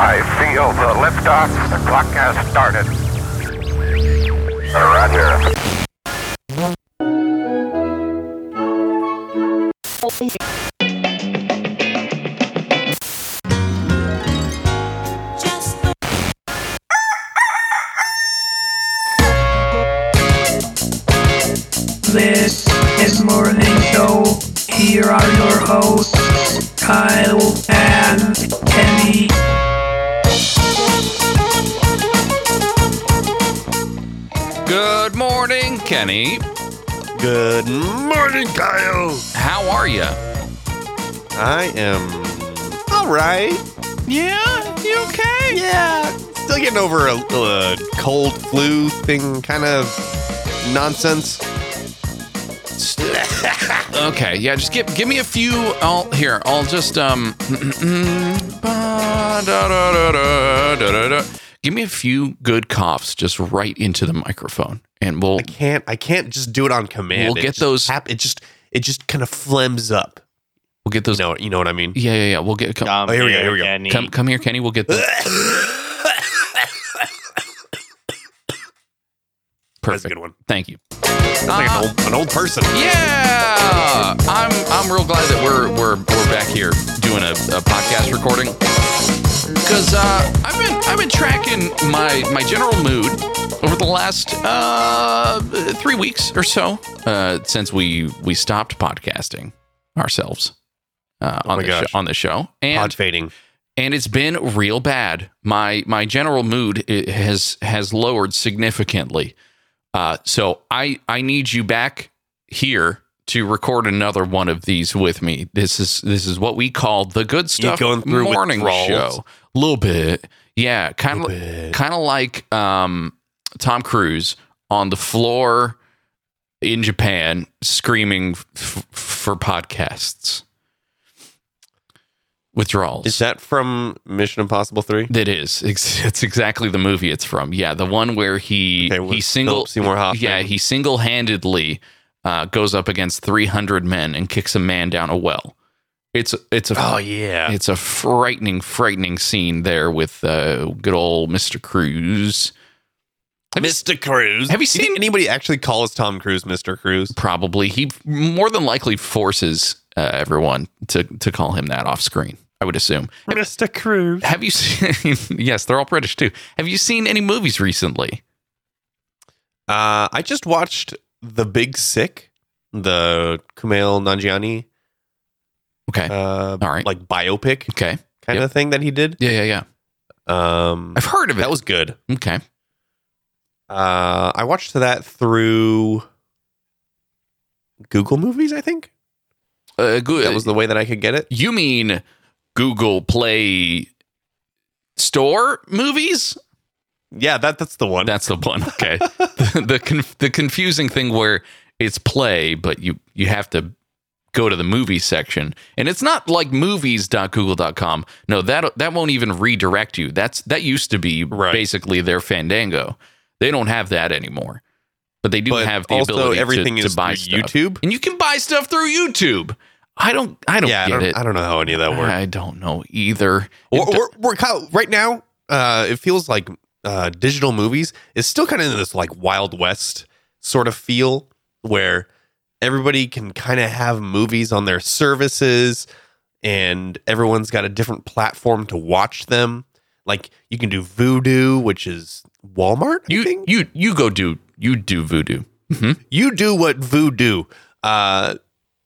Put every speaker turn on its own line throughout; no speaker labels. go for the liftoff. The clock has started. Roger.
This is Morning Show. Here are your hosts, Kyle and Kenny.
Good morning, Kenny.
Good morning, Kyle.
How are you?
I am all right.
Yeah, you okay?
Yeah, still getting over a, a cold flu thing, kind of nonsense.
Okay, yeah. Just give give me a few. I'll here. I'll just um. ba-da-da-da-da-da-da. Give me a few good coughs, just right into the microphone, and we'll
I can't. I can't just do it on command.
We'll
It
get
just
those-
hap- it just. It just kind of flames up.
we'll get those.
You know. You know what I mean.
Yeah, yeah, yeah. We'll get come
Come
Oh, here we go, here we go.
Kenny.
come, come here, Kenny. We'll get the
That's
perfect
a good one.
Thank you.
That's like
uh-huh.
an old, an old person.
Yeah, I'm I'm real glad that we're we're we're back here doing a, a podcast recording because uh, I've been I've been tracking my my general mood over the last uh, three weeks or so uh, since we we stopped podcasting ourselves uh, on
Oh my
the
gosh.
Sh- on the show and
Pod fading.
and it's been real bad. My my general mood i- has has lowered significantly. Uh, so I I need you back here to record another one of these with me. This is this is what we call the good stuff
going through
morning
withdrawals?
show. A little bit, yeah, kind of
Little bit.
kind of like um, Tom Cruise on the floor in Japan screaming f- for podcasts. Withdrawals.
Is that from Mission Impossible Three?
That is. Ex- It's exactly the movie it's from. Yeah, the one where he
Okay, with
he single
Philip Seymour Hoffman.
yeah he single handedly uh, goes up against three hundred men and kicks a man down a well. It's it's a
Oh, yeah.
it's a frightening frightening scene there with uh, good old Mister Cruz. Have you-
Mr. Cruz.
Have you
Do think
seen-
anybody actually calls Tom Cruise Mr. Cruz?
Probably he more than likely forces uh, everyone to to call him that off screen. I would assume.
Mr. Cruz.
Have you seen? yes, they're all British too. Have you seen any movies recently?
Uh, I just watched The Big Sick, the Kumail Nanjiani,
Okay.
uh,
All right.
like biopic
okay.
kind of thing that he did.
Yeah, yeah, yeah.
Um,
I've heard of it.
that was good.
okay.
Uh, I watched that through Google Movies. I think
Uh, good.
that was the way that I could get it.
you mean Google Play Store movies?
Yeah, that that's the one.
That's the one. Okay. the the, conf- the confusing thing where it's play, but you you have to go to the movie section, and it's not like movies.google.com. No, that that won't even redirect you. That's that used to be
Right.
basically their Fandango. They don't have that anymore, but they do
But
have the
also
ability to-
everything
to,
is
buy
through
stuff.
YouTube?
and you can buy stuff through YouTube. I don't. I don't
yeah, I
get
don't,
it.
I don't know how any of that works.
I don't know either.
Or,
It do-
or, or Kyle, right now, uh, it feels like uh, digital movies is still kind of in this like Wild West sort of feel where everybody can kind of have movies on their services and everyone's got a different platform to watch them. Like you can do Voodoo, which is Walmart. I
you
think?
you you go do you do voodoo.
you do what voodoo uh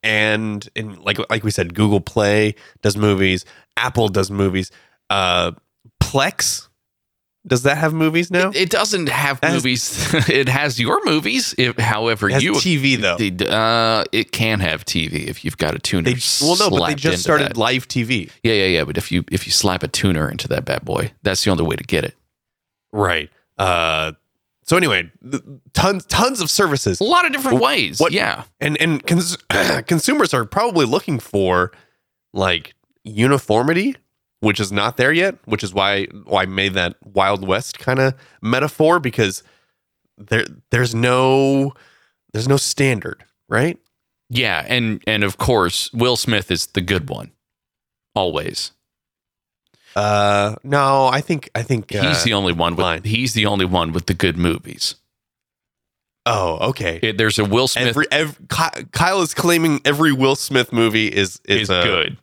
and and like like we said google play does movies apple does movies uh plex does that have movies now
It doesn't have
That has-
movies. it has your movies. If, however,
It has
you
tv though they,
the- uh, it can have TV if you've got a tuner.
well no but they
slapped into
just started
that.
live tv
Yeah, yeah, yeah. But if you if you slap a tuner into that bad boy, that's the only way to get it.
right uh so anyway th- tons tons of services
A lot of different ways.
what-
Yeah,
and and cons- consumers are probably looking for like uniformity which is not there yet which is why why I made that wild west kind of metaphor because there there's no there's no standard right
yeah, and and of course, Will Smith is the good one, always.
Uh, no, I think I think uh,
he's the only one with
Line.
he's the only one with the good movies.
oh okay.
It- there's a Will Smith
Every, every Ky- Kyle is claiming every Will Smith movie is
is
is, uh, a,
good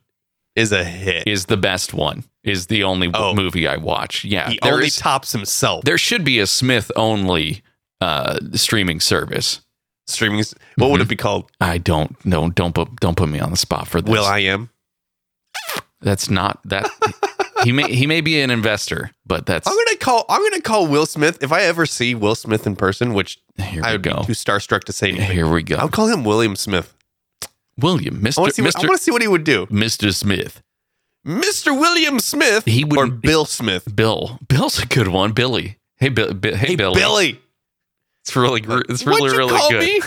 is a hit.
is the best one is the only
Oh.
movie I watch. Yeah,
he
there
only
is-
tops himself.
there should be a Smith only uh, streaming service.
Streaming. s- What
Mm-hmm.
would it be called?
I don't no don't put don't put me on the spot for this.
Will I am?
That's not that he may he may be an investor, but that's
I'm gonna call. I'm gonna call Will Smith if I ever see Will Smith in person, which
here
I
we
would
go.
be too starstruck to say anything.
Here we go.
I'll call him William Smith.
William,
I
Mr.
want to see. What, I
Mr.
want to see what he would do.
Mr. Smith.
Mr. William Smith.
He
or
wouldn't-
Bill Smith.
Bill. Bill's a good one. Billy. Hey, Bill, Bi- hey,
Hey,
Billy.
Billy.
It's really, gr- it's really,
What'd you
really
call
good.
me?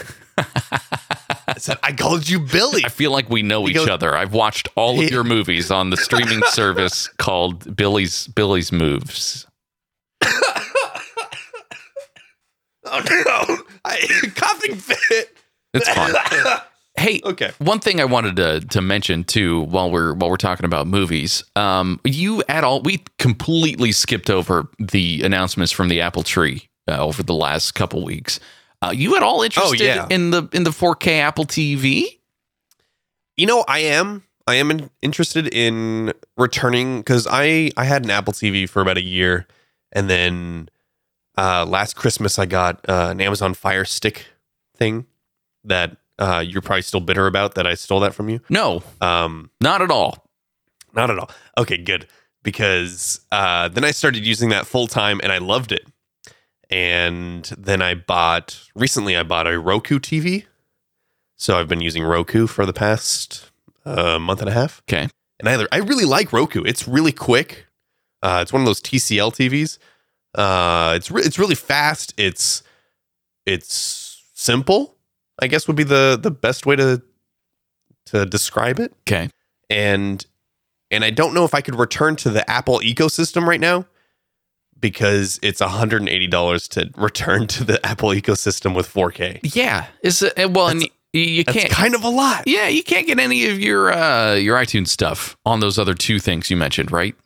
I said I called you Billy.
I feel like we know
He
each
goes-
other. I've watched all of
He-
your movies on the streaming service called Billy's Billy's Moves.
oh no! I coughing fit.
It's fun. hey,
Okay.
One thing I wanted to to mention too, while we're while we're talking about movies, um, you at all we completely skipped over the announcements from the Apple Tree uh, over the last couple weeks. Uh, you at all interested
Oh, yeah.
in the in the 4K Apple TV?
You know, I am. I am in, interested in returning because I I had an Apple TV for about a year, and then uh, last Christmas I got uh, an Amazon Fire Stick thing that uh, you're probably still bitter about that I stole that from you.
No,
Um,
not at all.
not at all. Okay, good because uh, then I started using that full time and I loved it. And then I bought recently I bought a Roku TV, so I've been using Roku for the past uh, month and a half
Okay,
and either I really like Roku. It's really quick. Uh, it's one of those TCL TVs. Uh, it's re- it's really fast. It's it's simple. I guess would be the the best way to to describe it.
okay.
And and I don't know if I could return to the Apple ecosystem right now because it's $180 to return to the Apple ecosystem with 4K.
Yeah, it's uh, well, and you, you
That's
can't.
kind of a lot.
yeah, you can't get any of your uh, your iTunes stuff on those other two things you mentioned, right?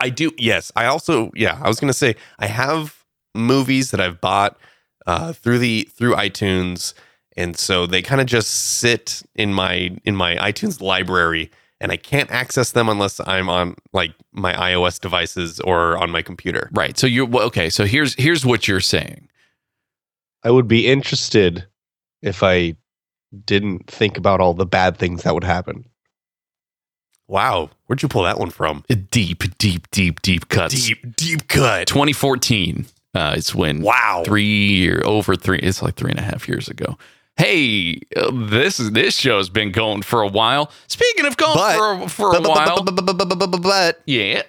I do. Yes, I also. Yeah, I was gonna say I have movies that I've bought uh, through the through iTunes, and so they kind of just sit in my in my iTunes library, and I can't access them unless I'm on like my iOS devices or on my computer.
Right. So you well, okay? So here's here's what you're saying.
I would be interested if I didn't think about all the bad things that would happen.
Wow, where'd you pull that one from?
Deep, deep, deep, deep cuts.
Deep deep cut.
2014 uh, is when
Wow.
three year over three it's like three and a half years ago hey uh, this is this show's been going for a while speaking of going
But-
for a, for a while
But
yeah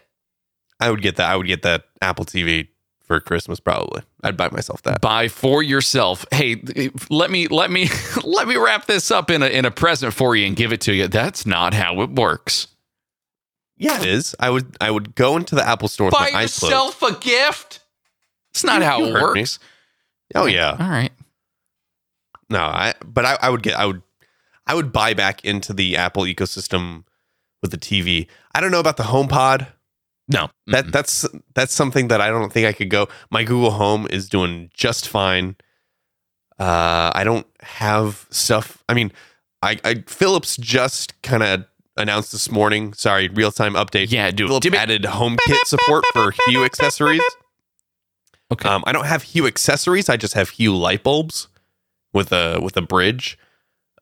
I would get that. I would get that Apple TV for Christmas probably. I'd buy myself that.
buy for yourself hey if- let me let me let me wrap this up in a in a present for you and give it to you that's not how it works
Yeah, it is. I would I would go into the Apple store with
buy
my eyes closed.
yourself a gift it's not
You-
how
you
it
heard me.
works
Oh yeah.
all right
No, I but I, I would get I would I would buy back into the Apple ecosystem with the TV. I don't know about the HomePod.
no
That that's that's something that I don't think I could go. My Google Home is doing just fine. Uh I don't have stuff. I mean, I, I Philips just kind of announced this morning, sorry, real-time update.
yeah dude
Philips
Dib-
added HomeKit support for Hue accessories.
okay
Um, I don't have Hue accessories. I just have Hue light bulbs with a with a bridge.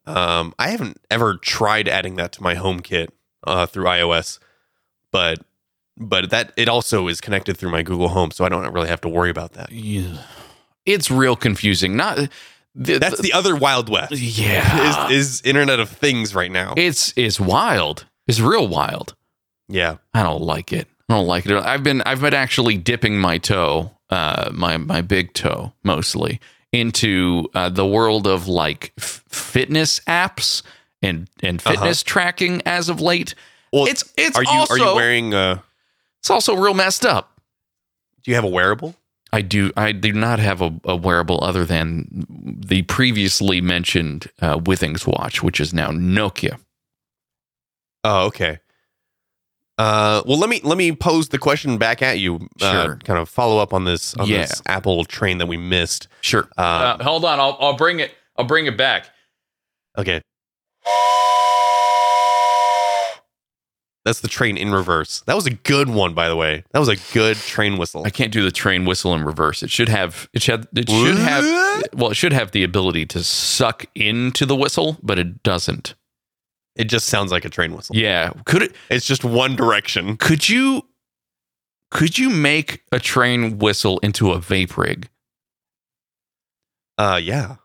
Um, I haven't ever tried adding that to my home kit uh, through iOS, but but that it also is connected through my Google Home, so I don't really have to worry about that.
Yeah. It's real confusing. Not the,
That's the other Wild West.
yeah.
Is, is Internet of Things right now?
it's it's wild. It's real wild.
Yeah,
I don't like it. I don't like it. I've been I've been actually dipping my toe, uh, my my big toe mostly into uh, the world of like f- fitness apps and and
Uh-huh.
fitness tracking as of late.
Well,
it's it's
are you
also
are you wearing? Uh,
it's also real messed up.
do you have a wearable?
I do. I do not have a, a wearable other than the previously mentioned uh, Withings watch, which is now Nokia.
Oh, okay. Uh, well, let me let me pose the question back at you. Uh,
Sure.
kind of follow up on this on
Yeah.
this Apple train that we missed.
Sure.
Uh,
Uh, hold on, I'll I'll bring it I'll bring it back.
okay, that's the train in reverse. That was a good one, by the way. That was a good train whistle.
I can't do the train whistle in reverse. It should have it should it should have well it should have the ability to suck into the whistle, but it doesn't.
It just sounds like a train whistle.
Yeah, could it
It's just one direction.
could you could you make a train whistle into a vape rig?
Uh, yeah.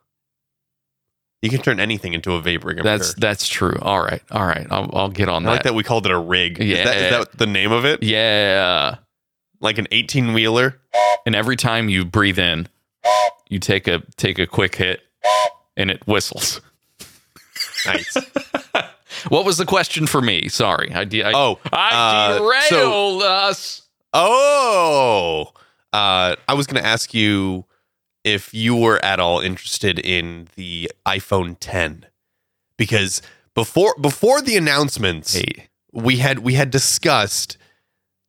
You can turn anything into a vape rig. I'm
That's
sure.
that's true. All right, all right. I'll I'll get on
I like
that.
that we called it a rig. Is that, is
Yeah.
that the name of it?
Yeah,
Like an 18 wheeler?
and every time you breathe in, you take a take a quick hit, and it whistles.
Nice.
What was the question for me? Sorry, I de- I,
oh,
I
uh,
derailed
so-
us.
oh. Uh, I was going to ask you if you were at all interested in the iPhone 10 because before before the announcements,
Hey,
we had we had discussed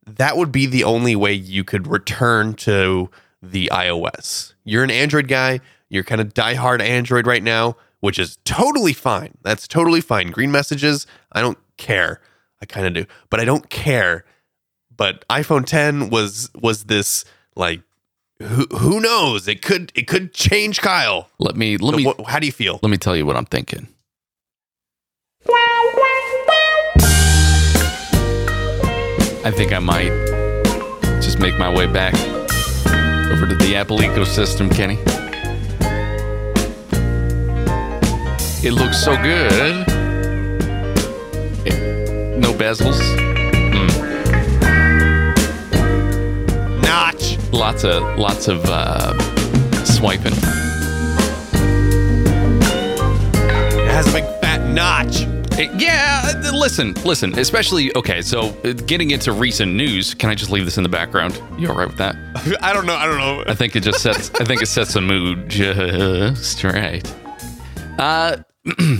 that would be the only way you could return to the iOS. You're an Android guy. You're kind of diehard Android right now, which is totally fine. That's totally fine. Green messages, I don't care. I kind of do, but I don't care. But iPhone 10 was was this like who who knows? It could it could change Kyle.
let me let
So
me
what- how do you feel?
let me tell you what I'm thinking. I think I might just make my way back over to the Apple ecosystem, Kenny. It looks so good. It- no bezels,
Notch.
lots of lots of uh, swiping.
It has a big fat notch.
Uh, Yeah, uh, listen, listen, especially, okay, so uh, getting into recent news, can I just leave this in the background? You all right with that?
I don't know. I don't know.
I think it just sets, I think it sets a mood just right. Uh,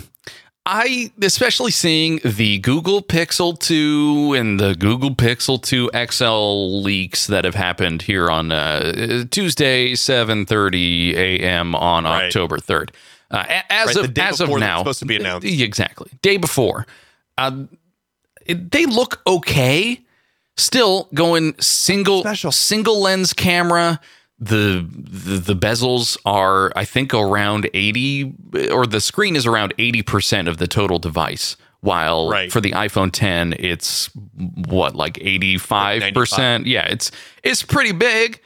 I, especially seeing the Google Pixel 2 and the Google Pixel 2 XL leaks that have happened here on uh, Tuesday, 7.30 a.m. on
Right.
October 3rd. Uh, a- as
Right,
of,
the day
as of
before they're
now,
supposed to be announced.
Exactly. Day before. Uh, it, they look okay. Still going single
Special.
single lens camera. The, the the bezels are I think around 80 or the screen is around 80% of the total device while
Right.
for the iPhone 10 it's what like 85%. yeah, it's it's pretty big.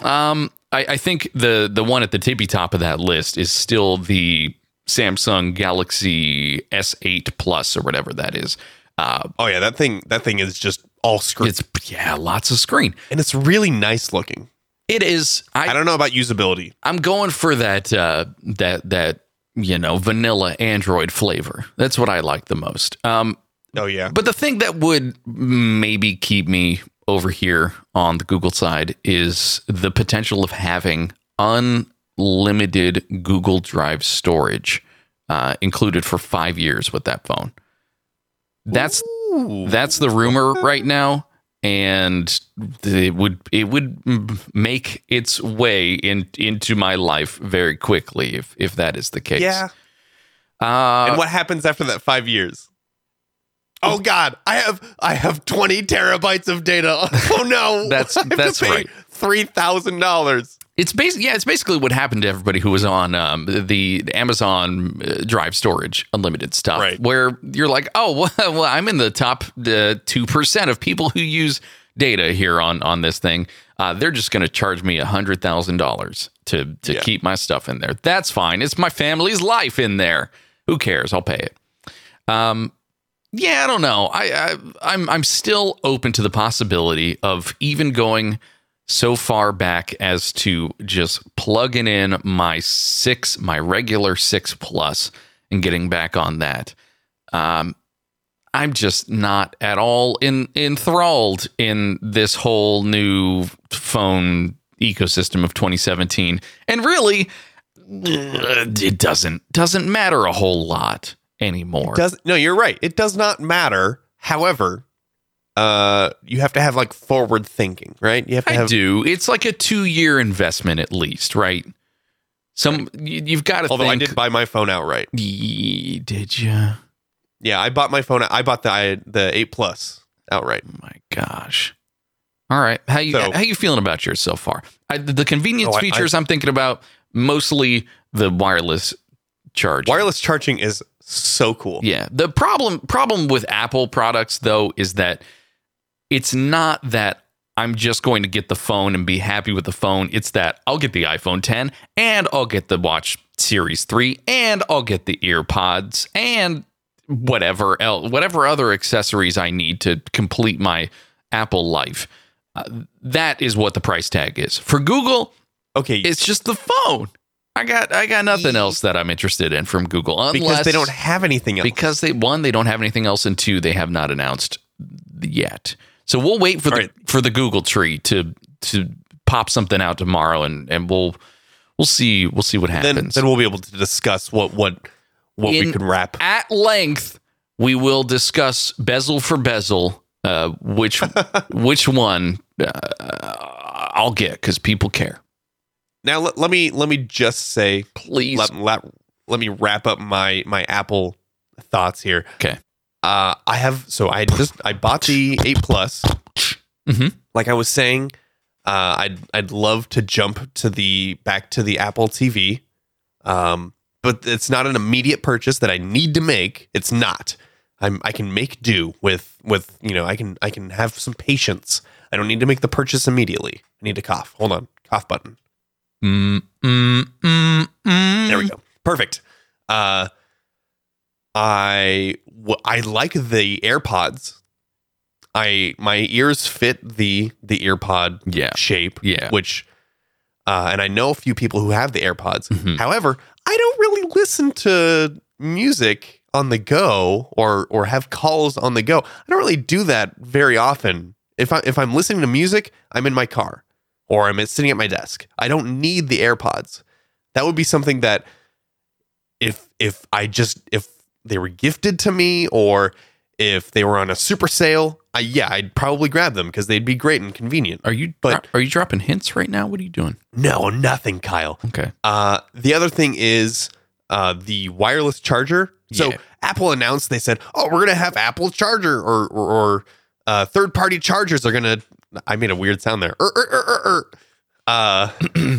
Um, I, I think the the one at the tippy top of that list is still the Samsung Galaxy S8 Plus or whatever that is. Uh,
Oh yeah, that thing that thing is just all screen
it's yeah, lots of screen.
and it's really nice looking.
It is.
I
I,
don't know about usability.
I'm going for that uh, that that you know vanilla Android flavor. That's what I like the most. Um,
Oh yeah.
But the thing that would maybe keep me over here on the Google side is the potential of having unlimited Google Drive storage uh, included for five years with that phone. That's that's the rumor right now, and it would it would m- make its way in into my life very quickly if if that is the case.
yeah.
Uh,
and what happens after that 5 years? Oh god, I have I have 20 terabytes of data. Oh no.
That's-
I have to
that's
pay
right.
$3,000.
It's basically yeah, it's basically what happened to everybody who was on um, the Amazon uh, Drive storage unlimited stuff,
Right.
where you're like, oh well, well I'm in the top uh, two percent of people who use data here on on this thing. Uh, they're just going to charge me hundred thousand dollars to to
Yeah.
keep my stuff in there. That's fine. It's my family's life in there. Who cares? I'll pay it. Um, yeah, I don't know. I, I I'm I'm still open to the possibility of even going so far back as to just plugging in my six, my regular six plus, and getting back on that. Um, I'm just not at all in enthralled in this whole new phone ecosystem of 2017, and really, uh, it doesn't doesn't matter a whole lot anymore.
Does No, you're right. It does not matter. However, uh, you have to have like forward thinking, right? You have to
I
have.
do. It's like a two-year investment at least, right? Some you, you've got to.
Although
think,
I did buy my phone outright.
Ye- Did you?
Yeah, I bought my phone. I bought the I, the eight plus outright.
Oh My gosh. All right. How you
So-
how you feeling about yours so far? I, the convenience
Oh, I- I-
features I, am thinking about mostly the wireless charge.
Wireless charging is so cool.
Yeah. The problem problem with Apple products though is that it's not that I'm just going to get the phone and be happy with the phone. It's that I'll get the iPhone 10 and I'll get the Watch Series 3 and I'll get the earpods and whatever else, whatever other accessories I need to complete my Apple life. Uh, that is what the price tag is. For Google,
Okay,
it's just the phone. I got I got nothing else that I'm interested in from Google unless
because they don't have anything else.
because they one they don't have anything else and two they have not announced yet so we'll wait for the
All right.
for the google tree to to pop something out tomorrow and and we'll we'll see we'll see what
then
happens
then we'll be able to discuss what what what
In-
we can wrap.
at length we will discuss bezel for bezel uh which which one uh, i'll get because people care
Now let, let me let me just say
please
let, let let me wrap up my my Apple thoughts here.
Okay.
Uh, I have so I just I bought the eight plus.
Mhm.
Like I was saying, uh, I'd I'd love to jump to the back to the Apple TV, um, but it's not an immediate purchase that I need to make. It's not. I'm I can make do with with you know I can I can have some patience. I don't need to make the purchase immediately. I need to cough. Hold on, cough button.
mm, mm, mm, mm.
There we go. Perfect. Uh, I w- I like the AirPods. I my ears fit the the AirPod
yeah
shape,
Yeah.
Which, uh, and I know a few people who have the AirPods.
Mhm.
However, I don't really listen to music on the go or or have calls on the go. I don't really do that very often. If I if I'm listening to music, I'm in my car or I'm sitting at my desk. I don't need the AirPods. That would be something that if if I just if they were gifted to me or if they were on a super sale, I, yeah, I'd probably grab them because they'd be great and convenient.
are you
But-
are you dropping hints right now what are you doing
No, nothing, Kyle.
okay
Uh, the other thing is uh, the wireless charger. So
Yeah.
Apple announced they said, "Oh, we're gonna have Apple charger or or, or uh, third party chargers are gonna." I made a weird sound there. Er, er, er, er, er. Uh,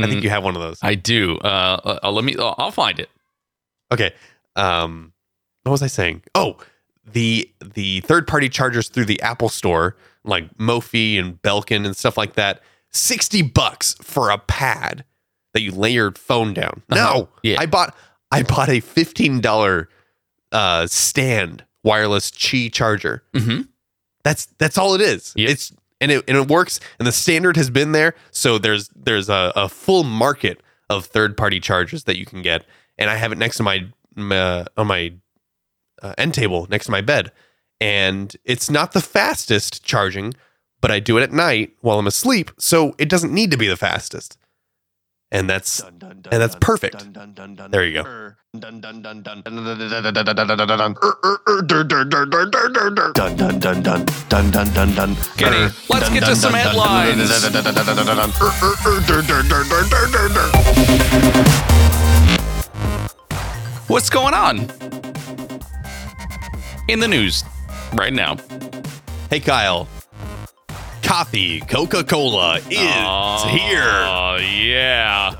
I think you have one of those.
I do. Uh, uh, let me. I'll I'll find it.
Okay. Um, what was I saying? Oh, the the third party chargers through the Apple Store, like Mophie and Belkin and stuff like that, sixty bucks for a pad that you lay your phone down.
Uh-huh.
No,
Yeah.
I bought I bought a fifteen dollar uh, stand wireless Qi charger.
Mm-hmm.
That's that's all it is.
Yeah.
It's and it and it works. And the standard has been there, so there's there's a, a full market of third party chargers that you can get. And I have it next to my, my on my uh, end table next to my bed, and it's not the fastest charging, but I do it at night while I'm asleep, so it doesn't need to be the fastest. And that's
and that's perfect. There you go.
Kenny, let's get to some headlines. What's going on in the news right now?
hey Kyle, coffee Coca Cola is here.
Oh yeah.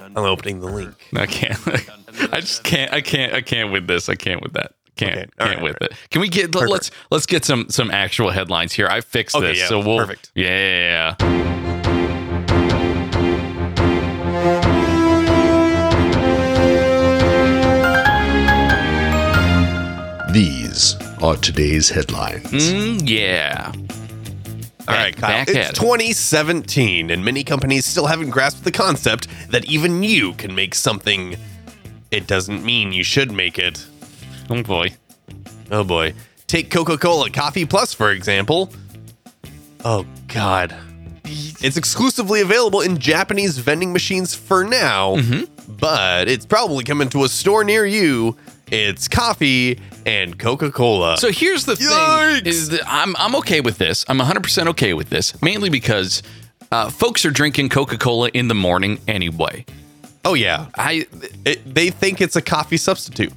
I'm opening the link.
I can't. I just can't. I can't. I can't with this. I can't with that. Can't.
Okay, all
Can't
right,
with it. Can we get? let- Let's let's get some some actual headlines here. I fixed
Okay,
this,
yeah,
so we'll.
perfect.
Yeah.
These are today's headlines.
Mm, yeah.
All
Back-
right, Kyle.
back
it's
at it.
2017, and many companies still haven't grasped the concept that even you can make something. It doesn't mean you should make it.
Oh boy.
Oh boy. Take Coca Cola Coffee Plus, for example. Oh, God. It's exclusively available in Japanese
Mm-hmm.
vending machines for now, but it's probably coming to a store near you It's coffee and Coca Cola.
So here's the
Yikes!
thing: is that I'm I'm okay with this. I'm 100 percent okay with this, mainly because uh, folks are drinking Coca Cola in the morning anyway.
oh yeah,
I
it, they think it's a coffee substitute.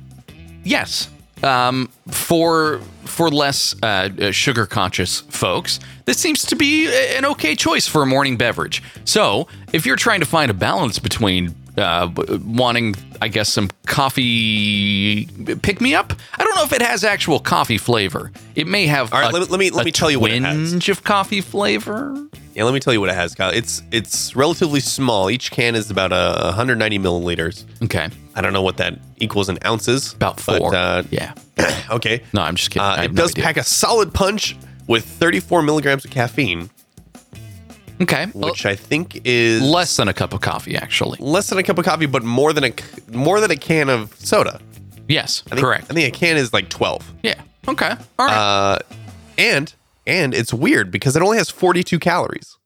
yes, um, for for less uh, uh, sugar conscious folks, this seems to be a- an okay choice for a morning beverage. So if you're trying to find a balance between uh, w- wanting, I guess, some coffee pick me up. I don't know if it has actual coffee flavor. It may have.
All right,
a-
let me- let me- let
a
me tell you what it has.
twinge of coffee flavor.
Yeah, let me tell you what it has, Kyle. It's it's relatively small. Each can is about uh, 190 milliliters.
Okay,
I don't know what that equals in ounces.
about four.
But, uh,
yeah.
Okay.
No, I'm just kidding.
Uh,
I have
it
no
does
idea.
pack a solid punch with 34 milligrams of caffeine,
Okay.
which I think is
L- less than a cup of coffee, actually.
less than a cup of coffee, but more than a c- more than a can of soda.
Yes.
I think,
correct.
I think a can is like 12.
yeah. Okay. All right.
Uh, and and it's weird because it only has 42 calories.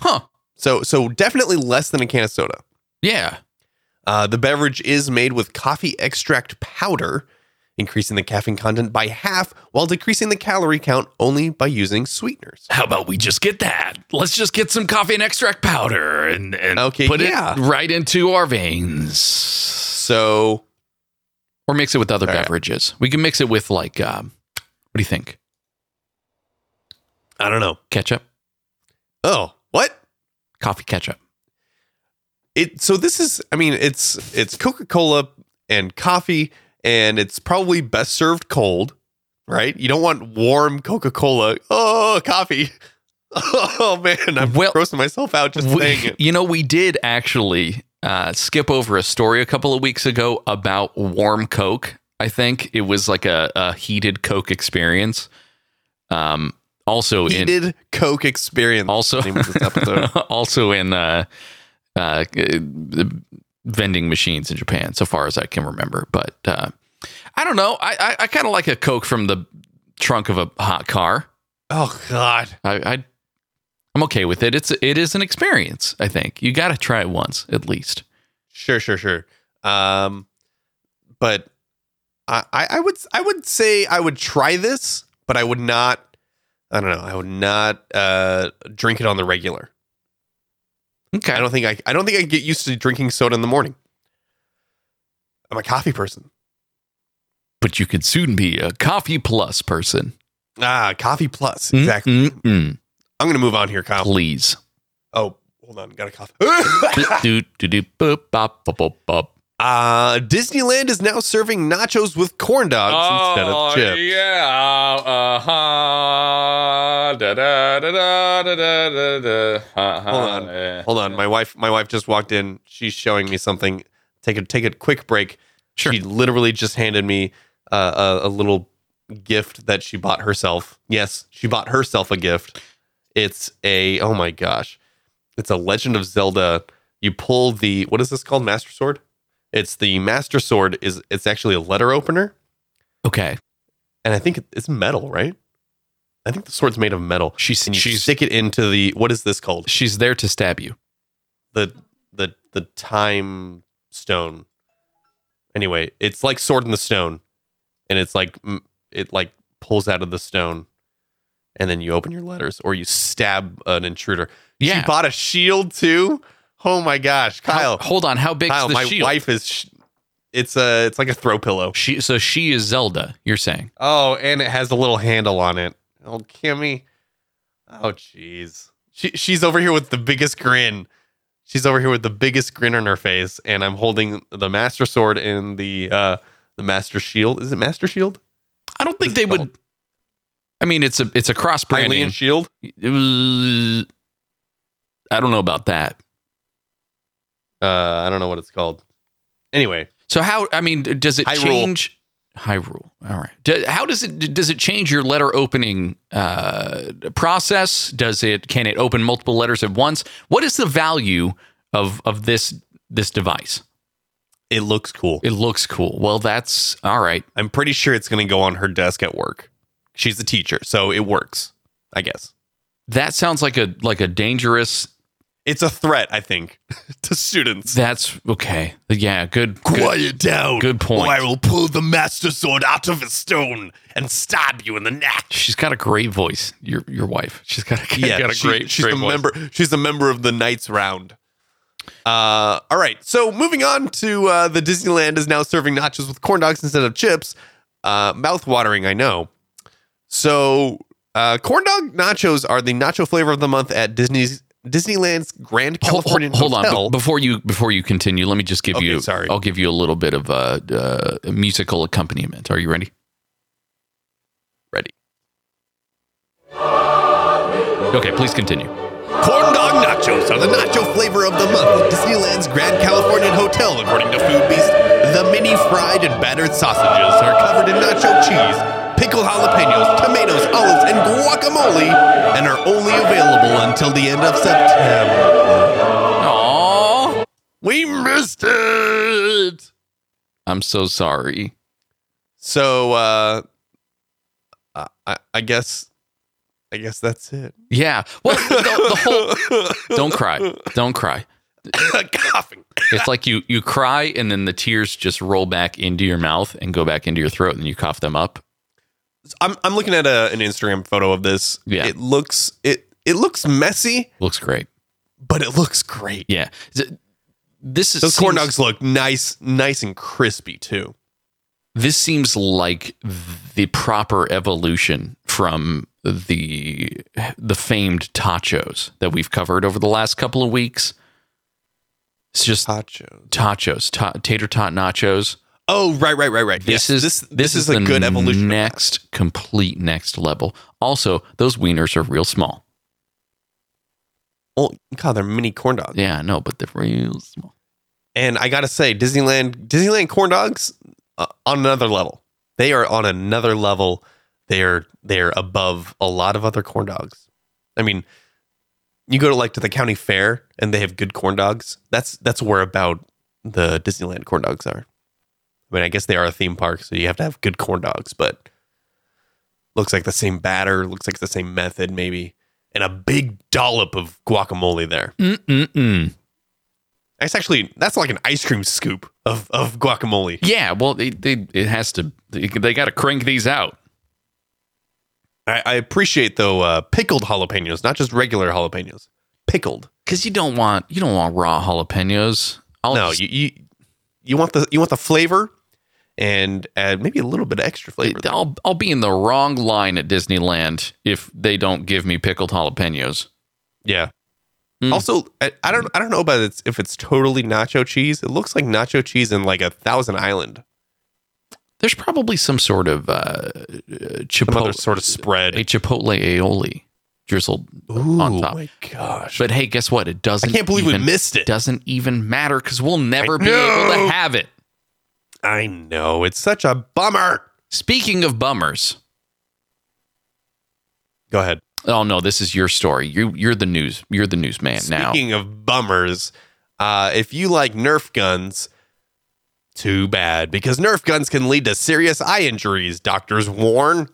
huh.
So so definitely less than a can of soda.
Yeah.
Uh, the beverage is made with coffee extract powder, increasing the caffeine content by half while decreasing the calorie count only by using sweeteners.
How about we just get that? Let's just get some coffee and extract powder and, and
Okay,
put
yeah.
it right into our veins.
So
Or mix it with other
All right.
beverages. We can mix it with like um, what do you think?
I don't know.
Ketchup?
Oh, what?
Coffee ketchup.
It so this is I mean it's it's Coca-Cola and coffee and it's probably best served cold, right? You don't want warm Coca-Cola. Oh, coffee. Oh man, I'm
Well,
grossing myself out just saying
We,
it.
you know, we did actually uh, skip over a story a couple of weeks ago about warm Coke. I think it was like a, a heated Coke experience. Um, also in
Heated Coke experience.
also
the name of this episode.
also in uh, uh, the vending machines in Japan, so far as I can remember. But uh, I don't know. I I, I kind of like a Coke from the trunk of a hot car.
Oh god.
I, I I'm okay with it. It's it is an experience. I think you got to try it once at least.
Sure, sure, sure. Um, but I, I, I would, I would say I would try this, but I would not. I don't know. I would not uh, drink it on the regular.
Okay.
I don't think I. I don't think I get used to drinking soda in the morning. I'm a coffee person.
but you could soon be a coffee plus person.
Ah, coffee
Hmm?
plus. Exactly.
Mm-mm-mm.
I'm gonna move on here, Kyle.
Please.
Oh, hold on. Got a cough.
Do, do, do, boop, bop, bop, bop, bop.
uh, Disneyland is now serving nachos with corn dogs instead of chips.
Oh, yeah. Uh-huh. Da, da, da, da, da, da, da, uh-huh.
Hold on. Hold on, my wife. My wife just walked in. She's showing me something. Take a take a quick break.
Sure.
She literally just handed me uh, a, a little gift that she bought herself. Yes, she bought herself a gift. It's a oh my gosh, it's a Legend of Zelda. You pull the what is this called? Master Sword. It's the Master Sword. Is it's actually a letter opener,
Okay.
and I think it- it's metal, right? I think the sword's made of metal.
She's
And you
she's
stick it into the what is this called?
she's there to stab you.
the the the time stone. Anyway, it's like sword in the stone, and it's like m- it like pulls out of the stone, and then you open your letters or you stab an intruder.
Yeah.
She bought a shield too. Oh my gosh,
How-
Kyle!
hold on. How big
Kyle,
is the
my
shield?
wife is. Sh- it's a it's like a throw pillow.
She so she is Zelda. You're saying
Oh, and it has a little handle on it. Oh, Kimmy. Oh, jeez. She she's over here with the biggest grin. She's over here with the biggest grin on her face, and I'm holding the master sword and the uh the master shield. Is it master shield?
I don't think they would. I mean, it's a it's a cross branding.
Hylian shield.
I don't know about that.
Uh, I don't know what it's called. Anyway,
So how? I mean, does it
Hyrule.
change? Hyrule. All right. Do, how does it does it change your letter opening uh, process? Does it can it open multiple letters at once? What is the value of of this this device?
it looks cool.
It looks cool. Well, that's all right.
I'm pretty sure it's gonna go on her desk at work. She's a teacher, so it works. I guess
That sounds like a like a dangerous
It's a threat, I think, to students.
That's okay. Yeah, good. good.
Quiet down.
good point.
Or I will pull the Master Sword out of its stone and stab you in the neck.
She's got a great voice. Your your wife. She's got a, got a
she-
great.
she's
great
a
voice.
member. She's a member of the Knights Round. Uh, all right. So moving on to uh, the Disneyland is now serving nachos with corn dogs instead of chips. Uh, mouth watering, I know. So uh, corn dog nachos are the nacho flavor of the month at Disney's Disneyland's Grand
Hold, hold,
Californian
hold on.
Hotel.
Be- Before you before you continue, let me just give
Okay,
you.
sorry.
I'll give you a little bit of uh, uh, musical accompaniment. Are you ready? Ready. Okay, please continue.
Corn dog nachos are the nacho flavor of the month at Disneyland's Grand Californian Hotel, according to Food Beast. The mini fried and battered sausages are covered in nacho cheese, pickled jalapenos, tomatoes, olives, and guacamole, and are only available until the end of September.
Aww.
We missed it!
I'm so sorry.
So, uh, I- I, I guess, I guess that's it.
Yeah. Well, the, the whole. Don't cry. Don't cry.
Coughing.
It's like you you cry and then the tears just roll back into your mouth and go back into your throat and you cough them up.
I'm I'm looking at a, an Instagram photo of this.
Yeah.
It looks it it looks messy,
Looks great.
but it looks great.
Yeah. Th- This is
Those corn
seems-
dogs look nice, nice and crispy too.
This seems like the proper evolution from the the famed tachos that we've covered over the last couple of weeks. It's just
Tachos.
tachos, ta- tater tot nachos.
Oh, right, right, right, right.
This
Yes,
is
this this is a
the
good evolution. of that.
Next, complete next level. Also, those wieners are real small.
Oh god, they're mini corn dogs.
Yeah, I know, but they're real small.
And I gotta say, Disneyland Disneyland corn dogs uh, on another level. They are on another level. They're they're above a lot of other corn dogs. I mean, you go to like to the county fair and they have good corn dogs. That's that's where about the Disneyland corn dogs are. I mean, I guess they are a theme park, so you have to have good corn dogs, but looks like the same batter, looks like the same method, maybe, and a big dollop of guacamole there.
Mm-mm-mm.
That's actually that's like an ice cream scoop of of guacamole.
Yeah, well, they, they, it has to. They, they got to crank these out.
I, I appreciate though uh, pickled jalapenos, not just regular jalapenos. Pickled.
Cause you don't want you don't want raw jalapenos. I'll
no,
just-
you, you you want the you want the flavor and add maybe a little bit of extra flavor. there.
I'll I'll be in the wrong line at Disneyland if they don't give me pickled jalapenos.
Yeah.
Mm.
Also, I, I don't I don't know about it's if it's totally nacho cheese. It looks like nacho cheese in like a Thousand Island,
There's probably some sort of uh, uh,
some
chipotle,
other sort of
a
spread.
chipotle aioli drizzled
Ooh,
on top.
my gosh!
But hey, guess what? It
I
doesn't.
can't believe
even,
we missed it.
Doesn't even matter because we'll never
I
be able
know.
to have it.
I know it's such a bummer.
Speaking of bummers,
Go ahead.
oh no, this is your story. You you're the news. You're the newsman now.
Speaking of bummers, uh, if you like Nerf guns, too bad because Nerf guns can lead to serious eye injuries. Doctors warn.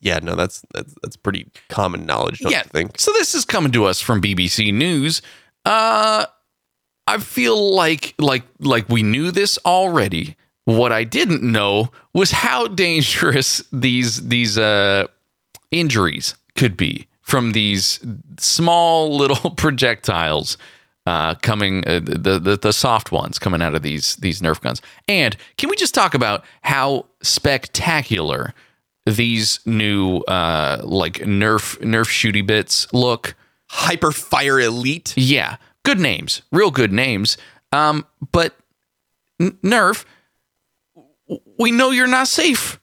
Yeah, no, that's that's that's pretty common knowledge. Don't
yeah.
you think?
So this is coming to us from BBC News. Uh, I feel like like like we knew this already. What I didn't know was how dangerous these these uh, injuries could be from these small little projectiles uh, coming uh, the, the the soft ones coming out of these these Nerf guns. And can we just talk about how spectacular these new uh, like Nerf Nerf shooty bits look?
Hyper Fire Elite.
Yeah, good names, real good names. Um, but N- Nerf, w- we know you're not safe.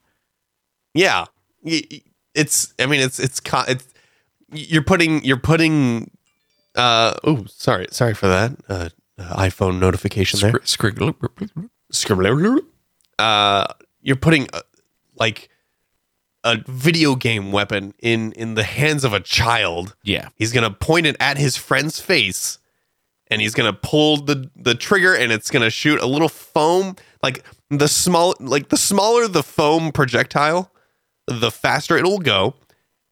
Yeah, Y- y- it's. I mean, it's it's co- it's. You're putting you're putting. Uh oh, sorry, sorry for that. Uh, iPhone notification there.
Scri- scri-
uh, you're putting uh, like a video game weapon in in the hands of a child.
Yeah,
He's gonna point it at his friend's face, and he's gonna pull the the trigger, and it's gonna shoot a little foam. Like the small, like the smaller the foam projectile, the faster it will go,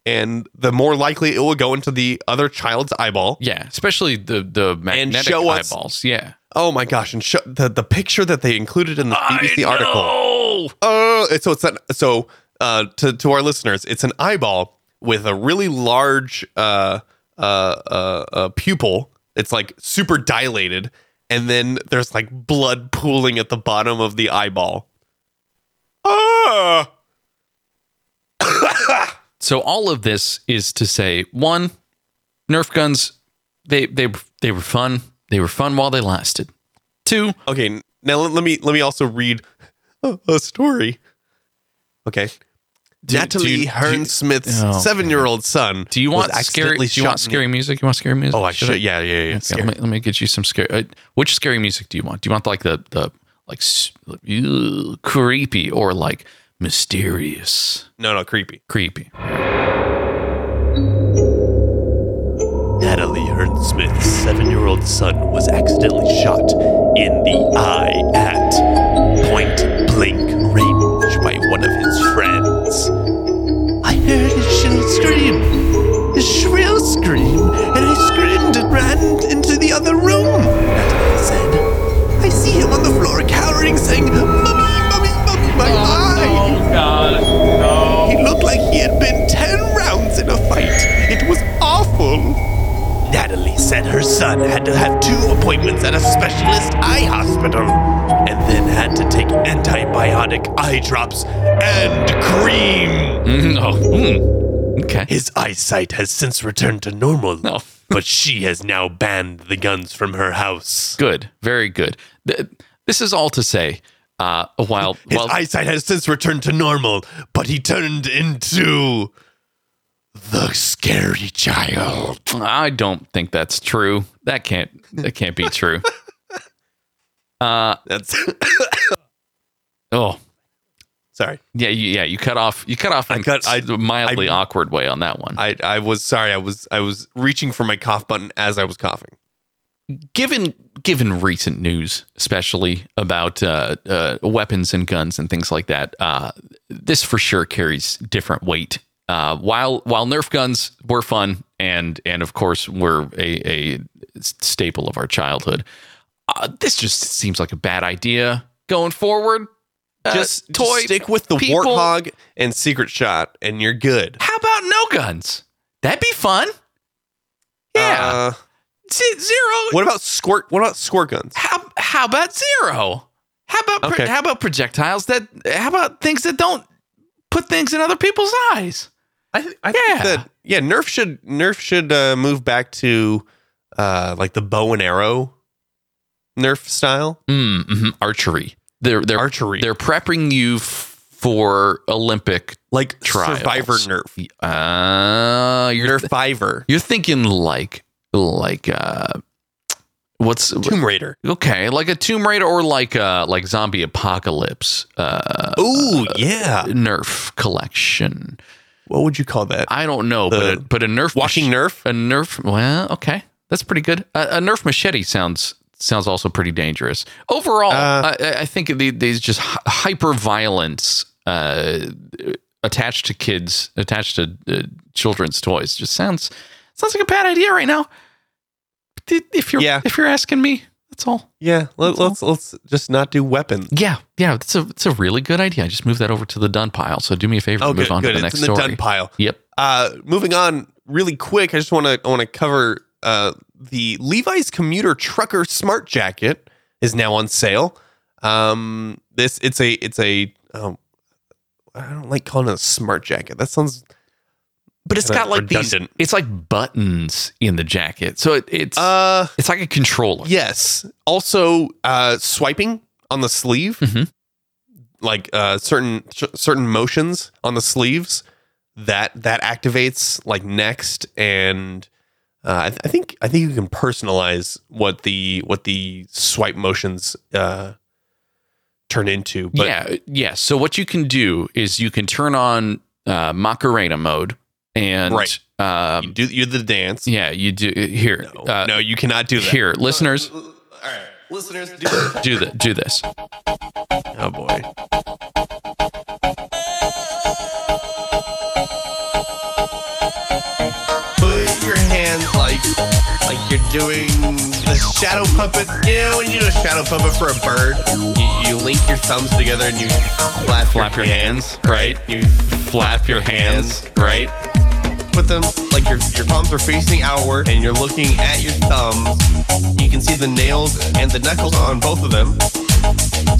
and the more likely it will go into the other child's eyeball.
Yeah, especially the the magnetic
show us-
eyeballs. Yeah.
Oh my gosh! And show, the the picture that they included in the BBC article. Oh, and so it's an, so uh, to to our listeners, it's an eyeball with a really large uh, uh, uh, uh, pupil. It's like super dilated, and then there's like blood pooling at the bottom of the eyeball. Ah!
So all of this is to say, one, Nerf guns, they they they were fun. They were fun while they lasted. Two,
Okay, now let, let me let me also read a, a story. Okay.
do-
Natalie
do you- do you-
Hearn Smith's
Oh,
seven-year-old son.
Do you
was
want scary?
accidentally
Do you want
shot in the-
scary music? You want scary music?
Oh, I should. Yeah, yeah, yeah.
Okay,
scary.
let, me, let me get you some scary. Uh, which scary music do you want? Do you want like the the like s- ew, creepy or like mysterious?
No, no, creepy.
Creepy.
Natalie Hearn Smith's seven year old son was accidentally shot in the eye at point blank range by one of his friends. I heard a shrill scream, a shrill scream, and I screamed and ran into the other room, Natalie said. I see him on the floor cowering, saying, Mummy, Mummy, Mummy, my eye! He looked like he had been ten rounds in a fight. It was awful. Natalie said her son had to have two appointments at a specialist eye hospital and then had to take antibiotic eye drops and cream.
Mm, oh, mm. okay.
His eyesight has since returned to normal,
No.
but she has now banned the guns from her house.
Good. Very good. Th- this is all to say. Uh, while
His
while
eyesight has since returned to normal, but he turned into the scary child.
I don't think that's true. That can't that can't be true. Uh
That's
oh
sorry.
yeah you, yeah you cut off you cut off
I
in
cut- I-
s- mildly
I-
awkward way on that one.
I I was sorry. I was I was reaching for my cough button as I was coughing.
given given recent news, especially about uh, uh, weapons and guns and things like that, uh, this for sure carries different weight. Uh, while while Nerf guns were fun and and of course were a, a staple of our childhood, uh, this just seems like a bad idea going forward. Uh,
just,
toy.
just stick with the
people-
warthog and secret shot, and you're good.
How about no guns? That'd be fun. Yeah,
Uh,
Z- zero.
what about squirt? What about squirt guns?
How how about zero? How about pro-
Okay.
how about projectiles that? How about things that don't put things in other people's eyes?
I, th- I
Yeah.
think that yeah, Nerf should Nerf should uh, move back to uh, like the bow and arrow Nerf style
Mm, hmm Archery. They're they're
archery,
they're prepping you f- for Olympic.
like
trials.
survivor Nerf,
Uh, you're
Nerfiver,
you're thinking like like uh, what's
Tomb Raider.
okay like a Tomb Raider or like uh like zombie apocalypse uh
Oh yeah,
Nerf collection.
what would you call that?
I don't know, but a,
The
but a Nerf
Walking
mach-
Nerf.
A Nerf. Well, okay, that's pretty good. A, a Nerf machete sounds sounds also pretty dangerous. Overall,
Uh,
I, I think the, these just hy- hyper violence uh, attached to kids, attached to uh, children's toys, just sounds sounds like a bad idea right now. If you're
Yeah.
if you're asking me, that's all.
Yeah, let, let's let's just not do weapons.
Yeah, yeah, that's a that's a really good idea. I just moved that over to the done pile. So do me a favor,
Oh,
and move
good,
on
good.
to the next
it's in the
story.
done pile.
Yep.
Uh, moving on really quick. I just want to want to cover uh, the Levi's commuter trucker smart jacket is now on sale. Um, this it's a it's a um, I don't like calling it a smart jacket. That sounds
but it's
kinda
got like
redundant.
these. It's like buttons in the jacket, so it, it's
uh
it's like a controller.
yes. Also uh, swiping on the sleeve,
Mhm.
like uh, certain certain motions on the sleeves that that activates like next and Uh, I, th- I think I think you can personalize what the what the swipe motions uh, turn into. But
yeah, yeah. So what you can do is you can turn on uh, Macarena mode, and
Right. you
um,
do you do the dance?
yeah, you do here.
No,
uh,
no, you cannot do that.
here, listeners,
All right, listeners, do it.
do the do this.
Oh boy. doing the shadow puppet. You know, when you do a shadow puppet for a bird, you, you link your thumbs together and you flap,
Flap your hands, right?
You
Flap your hands, right?
put them like your, your palms are facing outward and you're looking at your thumbs. You can see the nails and the knuckles on both of them.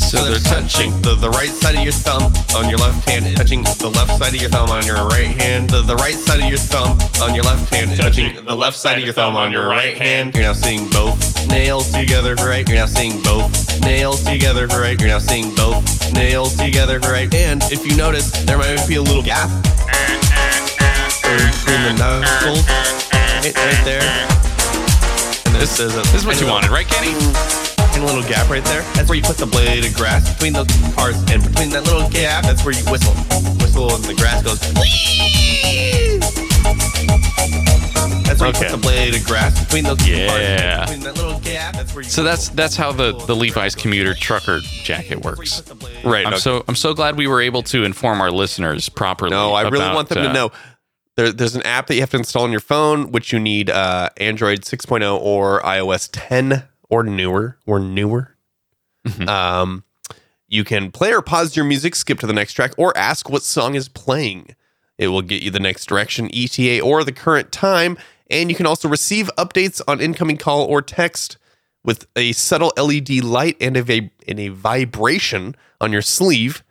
So
they're touching the, the right side of your thumb on your left hand, is touching the left side of your thumb on your right hand. The, the right side of your thumb on your left hand, is touching the left side of your thumb on your right hand. You're now seeing both nails together, right? You're now seeing both nails together, right? You're now seeing both nails together, right? And if you notice, there might be a little gap between the knuckles, right, right there. And this is a,
This is what you wanted, right, Kenny?
and a little gap right there. That's where you put the blade of grass between those parts, and between that little gap, that's where you whistle. Whistle, and the grass goes. "Whee!" That's where you
Okay.
put the blade of grass between those parts.
Yeah.
and Between that little gap, that's where you.
So that's
whistle.
that's how the,
Whistle,
the
and
Levi's
grass goes,
commuter
"Whee!"
trucker jacket
That's where you
works.
put the blade-
Right.
I'm
okay.
so I'm so glad we were able to inform our listeners properly.
No, I really
about,
want them
uh,
to know. There, there's an app that you have to install on your phone, which you need uh, Android 6.0 or iOS 10 or newer or newer.
Mhm.
Um, you can play or pause your music, skip to the next track, or ask what song is playing. It will get you the next direction, ETA, or the current time. And you can also receive updates on incoming call or text with a subtle LED light and a, vib- and a vibration on your sleeve.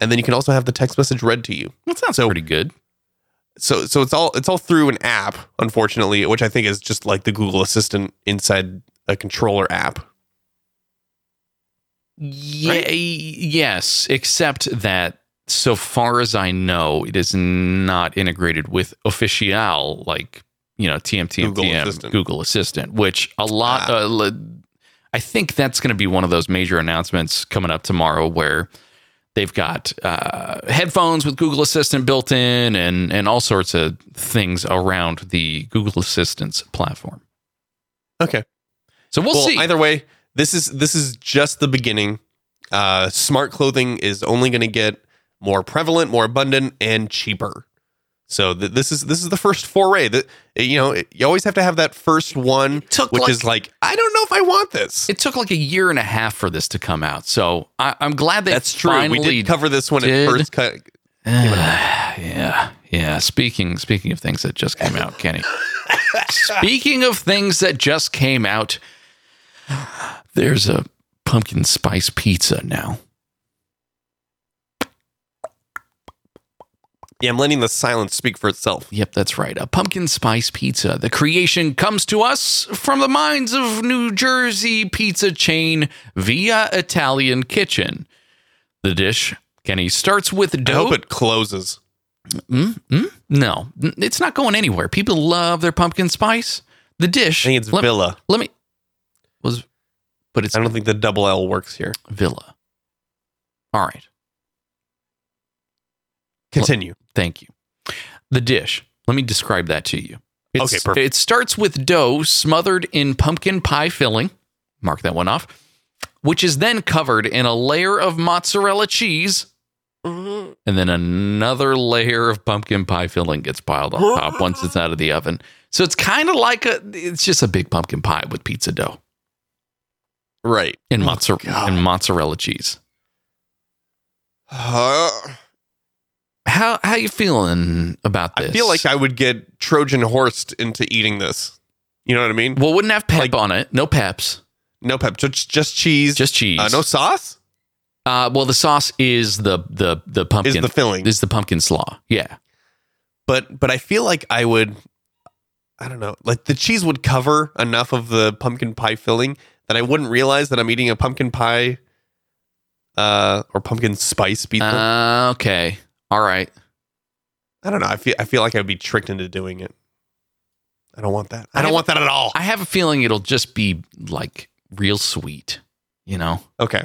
And then you can also have the text message read to you
That sounds
So-
pretty good.
so so it's all it's all through an app unfortunately which i think is just like the google assistant inside a controller app
Yeah, Yes, except that so far as I know, it is not integrated with Official, like you know TMTM
Google
Google,
Assistant.
Assistant. Google Assistant, which a lot.
Ah.
uh, le- I think that's going to be one of those major announcements coming up tomorrow, where they've got uh, headphones with Google Assistant built in, and and all sorts of things around the Google Assistant's platform.
okay
So we'll,
well
see.
either way this is this is just the beginning uh smart clothing is only going to get more prevalent more abundant and cheaper so th- this is this is the first foray that you know you always have to have that first one
took
which
like-
is like i don't know if i want this
it took like a year and a half for this to come out. So I, I'm glad they
we
finally
did cover this when
did.
it first cut
yeah, yeah. Speaking speaking of things that just came out, Kenny. speaking of things that just came out, there's a pumpkin spice pizza now.
yeah i'm letting the silence speak for itself
Yep, that's right. A pumpkin spice pizza. The creation comes to us from the minds of New Jersey pizza chain Via Italian Kitchen. The dish, Kenny, starts with
i
dough.
hope it closes
Mm, mm, no, N- it's not going anywhere. People love their pumpkin spice. The dish.
I think it's
let,
Villa.
Let me. Was, but it's
I don't think the double L works here.
Villa. All right.
Continue.
Thank you. The dish. Let me describe that to you. It's-
Okay, perfect.
It starts with dough smothered in pumpkin pie filling. Mark that one off. Which is then covered in a layer of mozzarella cheese.
Mm-hmm.
And then another layer of pumpkin pie filling gets piled on top once it's out of the oven. So it's kind of like a, it's just a big pumpkin pie with pizza dough
Right.
and, mozzar- and mozzarella cheese. How how you feeling about
I
this?
feel like I would get Trojan horsed into eating this. You know what I mean?
well, wouldn't have pep
like-
on it. No peps,
No pep, just, just cheese.
just cheese.
Uh, no sauce
Uh, well, the sauce is the the the pumpkin
is the filling.
is the pumpkin slaw. Yeah,
but but I feel like I would I don't know. Like the cheese would cover enough of the pumpkin pie filling that I wouldn't realize that I'm eating a pumpkin pie uh or pumpkin spice pizza.
uh, okay, all right.
I don't know. I feel I feel like I'd be tricked into doing it. I don't want that. I don't
have-
want that at all.
I have a feeling it'll just be like real sweet, you know,
Okay.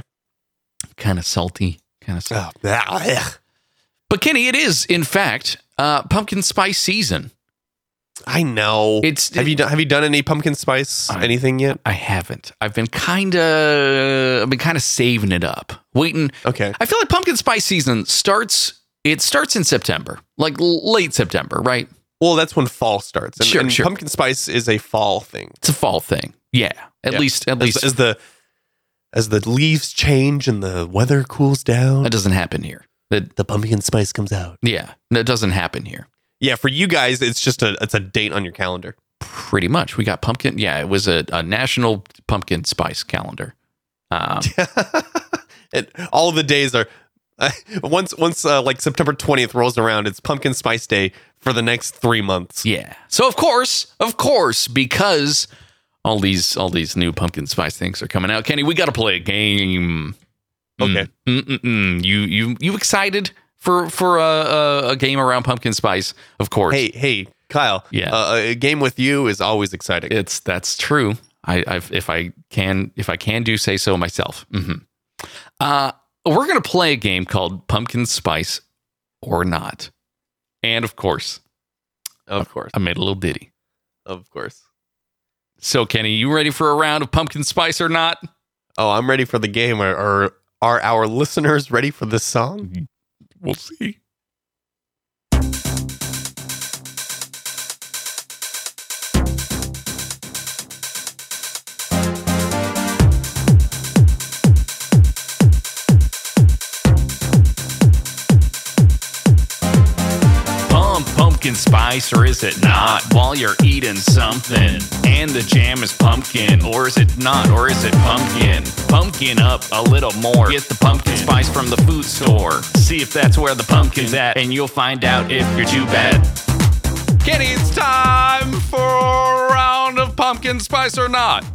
kind of salty, kind of.
Oh, bleh.
But Kenny, it is in fact uh, pumpkin spice season.
I know.
It's
have you done, have you done any pumpkin spice
I-
anything yet?
I haven't. I've been kind of. I've been kind of saving it up, waiting.
Okay.
I feel like pumpkin spice season starts. It starts in September, like l- late September, right?
Well, that's when fall starts. And,
Sure,
and
sure.
pumpkin spice is a fall thing.
It's a fall thing. Yeah. At
Yeah.
least, at
As,
least
as the as the leaves change and the weather cools
that
down,
doesn't happen here. That
the pumpkin spice comes out.
yeah, that doesn't happen here.
Yeah, for you guys, it's just a it's a date on your calendar.
Pretty much, we got pumpkin. Yeah, it was a, a national pumpkin spice calendar. Um,
it, all the days are once once uh, like September twentieth rolls around, it's pumpkin spice day for the next three months.
Yeah. So of course, of course, because all these all these new pumpkin spice things are coming out, Kenny, we got to play a game.
Okay.
Mm, mm, mm, mm. You you you excited for for a, a, a game around pumpkin spice? Of course.
Hey, hey, Kyle.
Yeah.
uh, a game with you is always exciting.
it's that's true. I I've, if I can if I can do say so myself. hmm Uh, we're gonna play a game called Pumpkin Spice or not, and of course,
Of course,
I made a little ditty.
of course.
So Kenny, you ready for a round of Pumpkin Spice or not?
Oh, I'm ready for the game. Are are, are our listeners ready for this song?
Mm-hmm. We'll see.
Pump pumpkin spice or is it not? While you're eating something, and the jam is pumpkin, or is it not? Or is it pumpkin? Pumpkin up a little more. Get the pumpkin spice from the food store. See if that's where the pumpkin's at, and you'll find out if you're too bad.
Kenny, it's time for a round of pumpkin spice or not.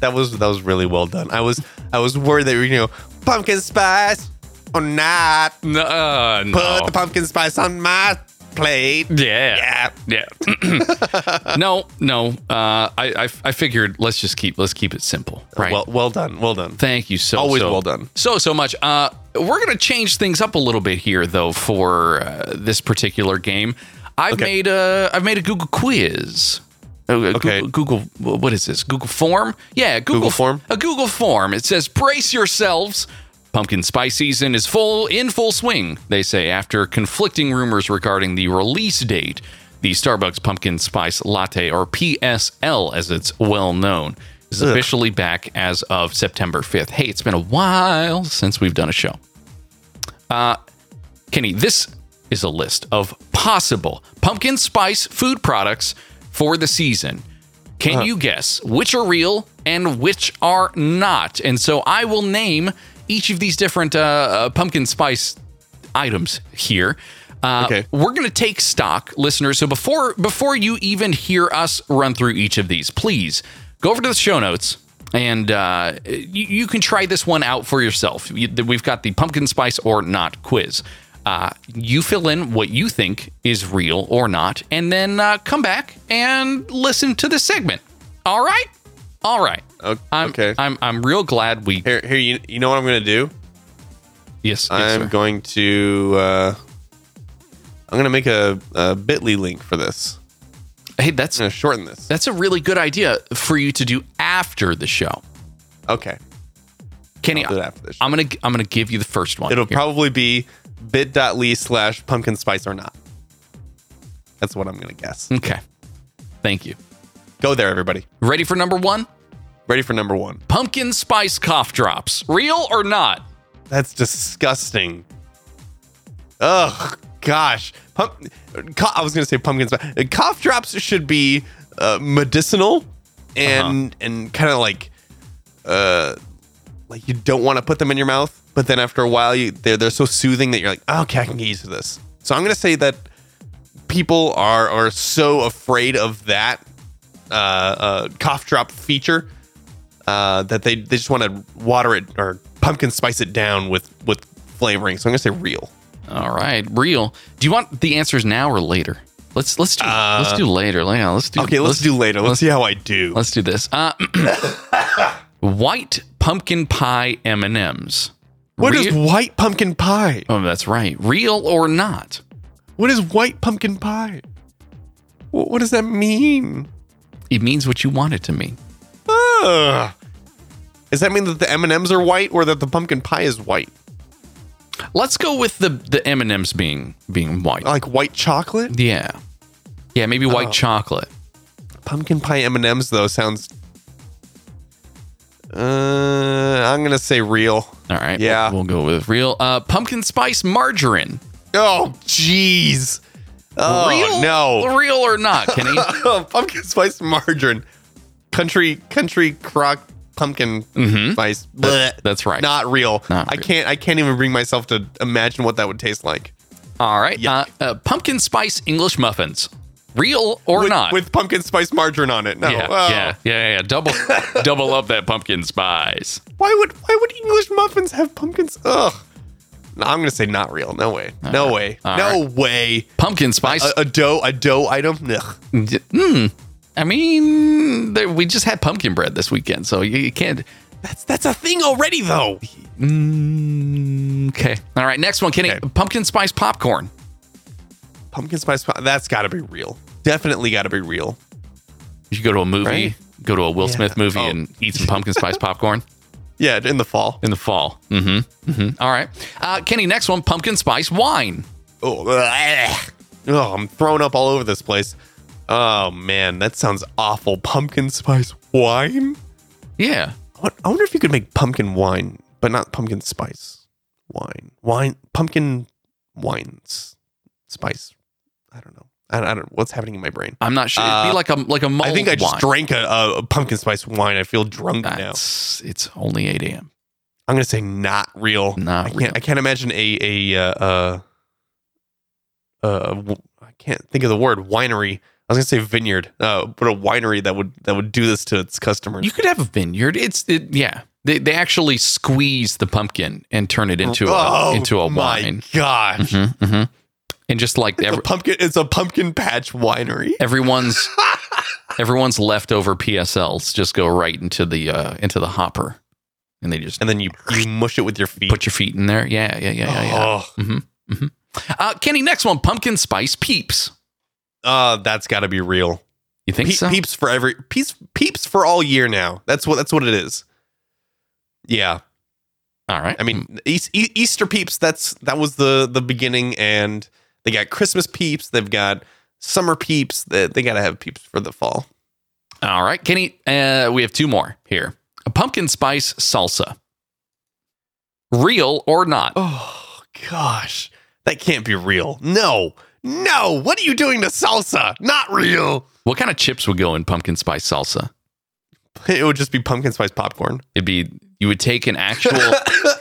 That was that was really well done. I was I was worried that you know pumpkin spice or not. Mm,
No, uh,
Put
no.
the pumpkin spice on my plate.
yeah,
Yeah.
yeah. Oh, no, no. Uh, I, I, I figured let's just keep let's keep it simple, right?
Well, well done. Well done.
Thank you so
Always
so,
well done.
so so much. Uh, we're gonna change things up a little bit here though for uh, this particular game. I've
Okay.
made a I've made a Google quiz. Oh, uh,
Okay.
Google, Google, what is this? Google form? Yeah, Google,
Google form?
A Google form. It says, "Brace yourselves. Pumpkin spice season is full in full swing." They say after conflicting rumors regarding the release date, the Starbucks pumpkin spice latte, or PSL as it's well known, is officially back as of September fifth. Hey, it's been a while since we've done a show. Uh, Kenny, this is a list of possible pumpkin spice food products for the season. Can you guess which are real and which are not? And so I will name each of these different uh, uh, pumpkin spice items here. Uh,
Okay.
We're going to take stock, listeners. So before before you even hear us run through each of these, please go over to the show notes and uh, you, you can try this one out for yourself. You- We've got the pumpkin spice or not quiz. Uh, you fill in what you think is real or not, and then uh, come back and listen to this segment. All right, all right.
O-
I'm,
okay.
I'm I'm real glad we.
Here, here. You, you know what I'm gonna do?
Yes, yes,
I'm
sir.
going to. Uh, I'm gonna make a, a Bitly link for this.
Hey, that's
I'm gonna shorten this.
That's a really good idea for you to do after the show.
Okay.
Kenny,
I'll do it after the show.
I'm going to I'm going to give you the first one.
It'll
here.
probably be bit.ly slash pumpkin spice or not. That's what I'm gonna guess.
Okay. Thank you.
Go there, everybody.
Ready for number 1?
Ready for number one.
Pumpkin spice cough drops. Real or not?
That's disgusting. Ugh, gosh. Pump, co- I was gonna say pumpkin spice. Uh, Cough drops should be uh, medicinal and and kind of like uh like you don't want to put them in your mouth, but then after a while you they're they're so soothing that you're like, oh, okay, I can get used to this. So I'm gonna say that people are are so afraid of that uh, uh cough drop feature uh, that they, they just want to water it or pumpkin spice it down with with flavoring. So I'm gonna say real.
All right, real. Do you want the answers now or later? Let's let's do let's do later. Yeah, let's do
Uh, Okay, let's, do later. Let's, see how I do.
Let's do this. Uh, white pumpkin pie M&Ms.
What is
Real-
white pumpkin pie?
Oh, that's right. Real or not?
What is white pumpkin pie? Wh- What, does that mean?
It means what you want it to mean.
Ugh. Does that mean that the M and M's are white or that the pumpkin pie is white?
Let's go with the the M and M's being being white.
Like white chocolate?
yeah, Yeah, maybe
Uh-huh.
white chocolate.
Pumpkin pie M and M's though sounds. Uh, I'm gonna say real.
All right.
Yeah.
We'll, we'll go with real. Uh, pumpkin spice margarine.
Oh, jeez. Oh
real?
no.
Real or not, Kenny?
pumpkin spice margarine, country country crock pumpkin spice. Blech.
That's Mm-hmm. right.
Not real.
Not
I
real.
can't. I can't even bring myself to imagine what that would taste like.
All right. Uh, uh, pumpkin spice English muffins. Real or
with,
not?
with pumpkin spice margarine on it. No.
yeah,
Oh.
yeah, yeah, yeah, yeah. Double, double up that pumpkin spice.
Why would why would English muffins have pumpkins? Ugh. No, I'm gonna say not real. No way. no way.
All
no way.
Pumpkin spice.
A, a dough a dough item. Ugh.
Mm. I mean, there, we just had pumpkin bread this weekend, so you, you can't.
That's that's a thing already though.
Mm, okay. All right. Next one, Kenny.
Okay.
Pumpkin spice popcorn.
Pumpkin spice. pop- That's got to be real. Definitely got to be real.
You go to a movie,
Right?
go to a Will Smith movie,
Oh.
and eat some pumpkin spice popcorn
Yeah, in the fall.
in the fall. Mm-hmm. mm-hmm. All right, uh, Kenny. Next one, pumpkin spice wine.
Oh, ugh. oh, I'm throwing up all over this place. Oh man, that sounds awful. Pumpkin spice wine.
Yeah.
What- I wonder if you could make pumpkin wine, but not pumpkin spice wine. Wine, pumpkin wines, spice. I don't know. I, I don't. What's happening in my brain?
I'm not sure. It'd
Uh,
be like a like a mulled
I think I just
wine.
drank a, a pumpkin spice wine. I feel drunk now.
That's it's only 8 a.m.
I'm gonna say not real.
Not
I can't.
real.
I can't imagine a a uh, uh, uh w- I can't think of the word winery. I was gonna say vineyard, uh, but a winery that would that would do this to its customers.
You could have a vineyard. It's it, yeah. They, they actually squeeze the pumpkin and turn it into a
Oh,
into a
my
wine.
gosh,
Mhm, mhm. And just like
it's
every,
a pumpkin. It's a pumpkin patch winery.
everyone's everyone's leftover PSLs just go right into the uh, into the hopper, and they just
and then you, you mush it with your feet.
put your feet in there. Yeah, yeah, yeah, yeah. yeah.
Oh,
Uh, Kenny, next one, pumpkin spice peeps.
uh, that's got to be real.
You think
Pe-
so?
Peeps for every peeps peeps for all year now. That's what that's what it is. Yeah,
All right.
I mean, East, E- Easter peeps. That's that was the the beginning, and they got Christmas peeps. They've got summer peeps. That they, gotta have peeps for the fall.
all right, Kenny. Uh, we have two more here. A pumpkin spice salsa. Real or not?
Oh gosh, that can't be real. No, no. What are you doing to salsa? Not real.
What kind of chips would go in pumpkin spice salsa?
It would just be pumpkin spice popcorn.
It'd be you would take an actual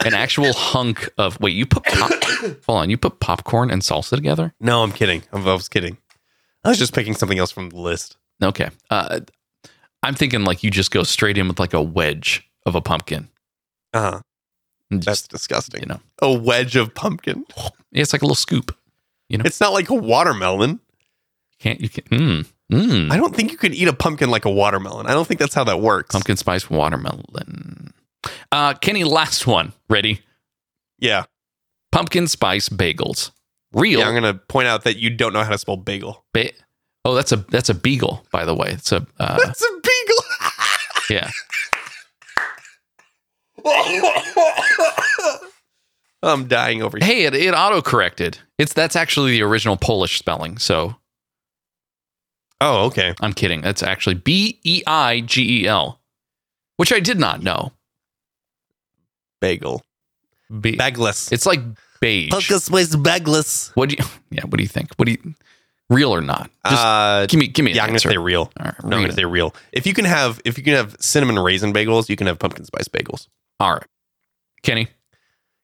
an actual hunk of wait you put pop, hold on you put popcorn and salsa together
No, I'm kidding. I was kidding. I was just picking something else from the list.
okay uh, I'm thinking like you just go straight in with like a wedge of a pumpkin
Uh huh.
and
That's
Mm, just
disgusting.
you know
A wedge of pumpkin.
it's like a little scoop
It's not like a watermelon.
can't you can mm, mm,
I don't think you could eat a pumpkin like a watermelon. I don't think that's how that works.
pumpkin spice watermelon uh, Kenny last one ready
Yeah.
pumpkin spice bagels real
Yeah, I'm gonna point out that you don't know how to spell bagel.
ba- oh that's a that's a beagle by the way it's a uh,
That's a beagle.
yeah
I'm dying over here.
Hey, it, it auto corrected. It's that's actually the original Polish spelling. So
Oh, okay.
I'm kidding. That's actually B E I G E L, which I did not know.
Bagel.
B.
Bagless.
It's like beige.
spice bagless.
What do you? Yeah. What do you think? What do you? Real or not? Just
Uh,
give me give me an
yeah, I'm gonna
answer.
say real.
All right,
No, I'm
real.
gonna say real. If you can have if you can have cinnamon raisin bagels, you can have pumpkin spice bagels.
All right, Kenny.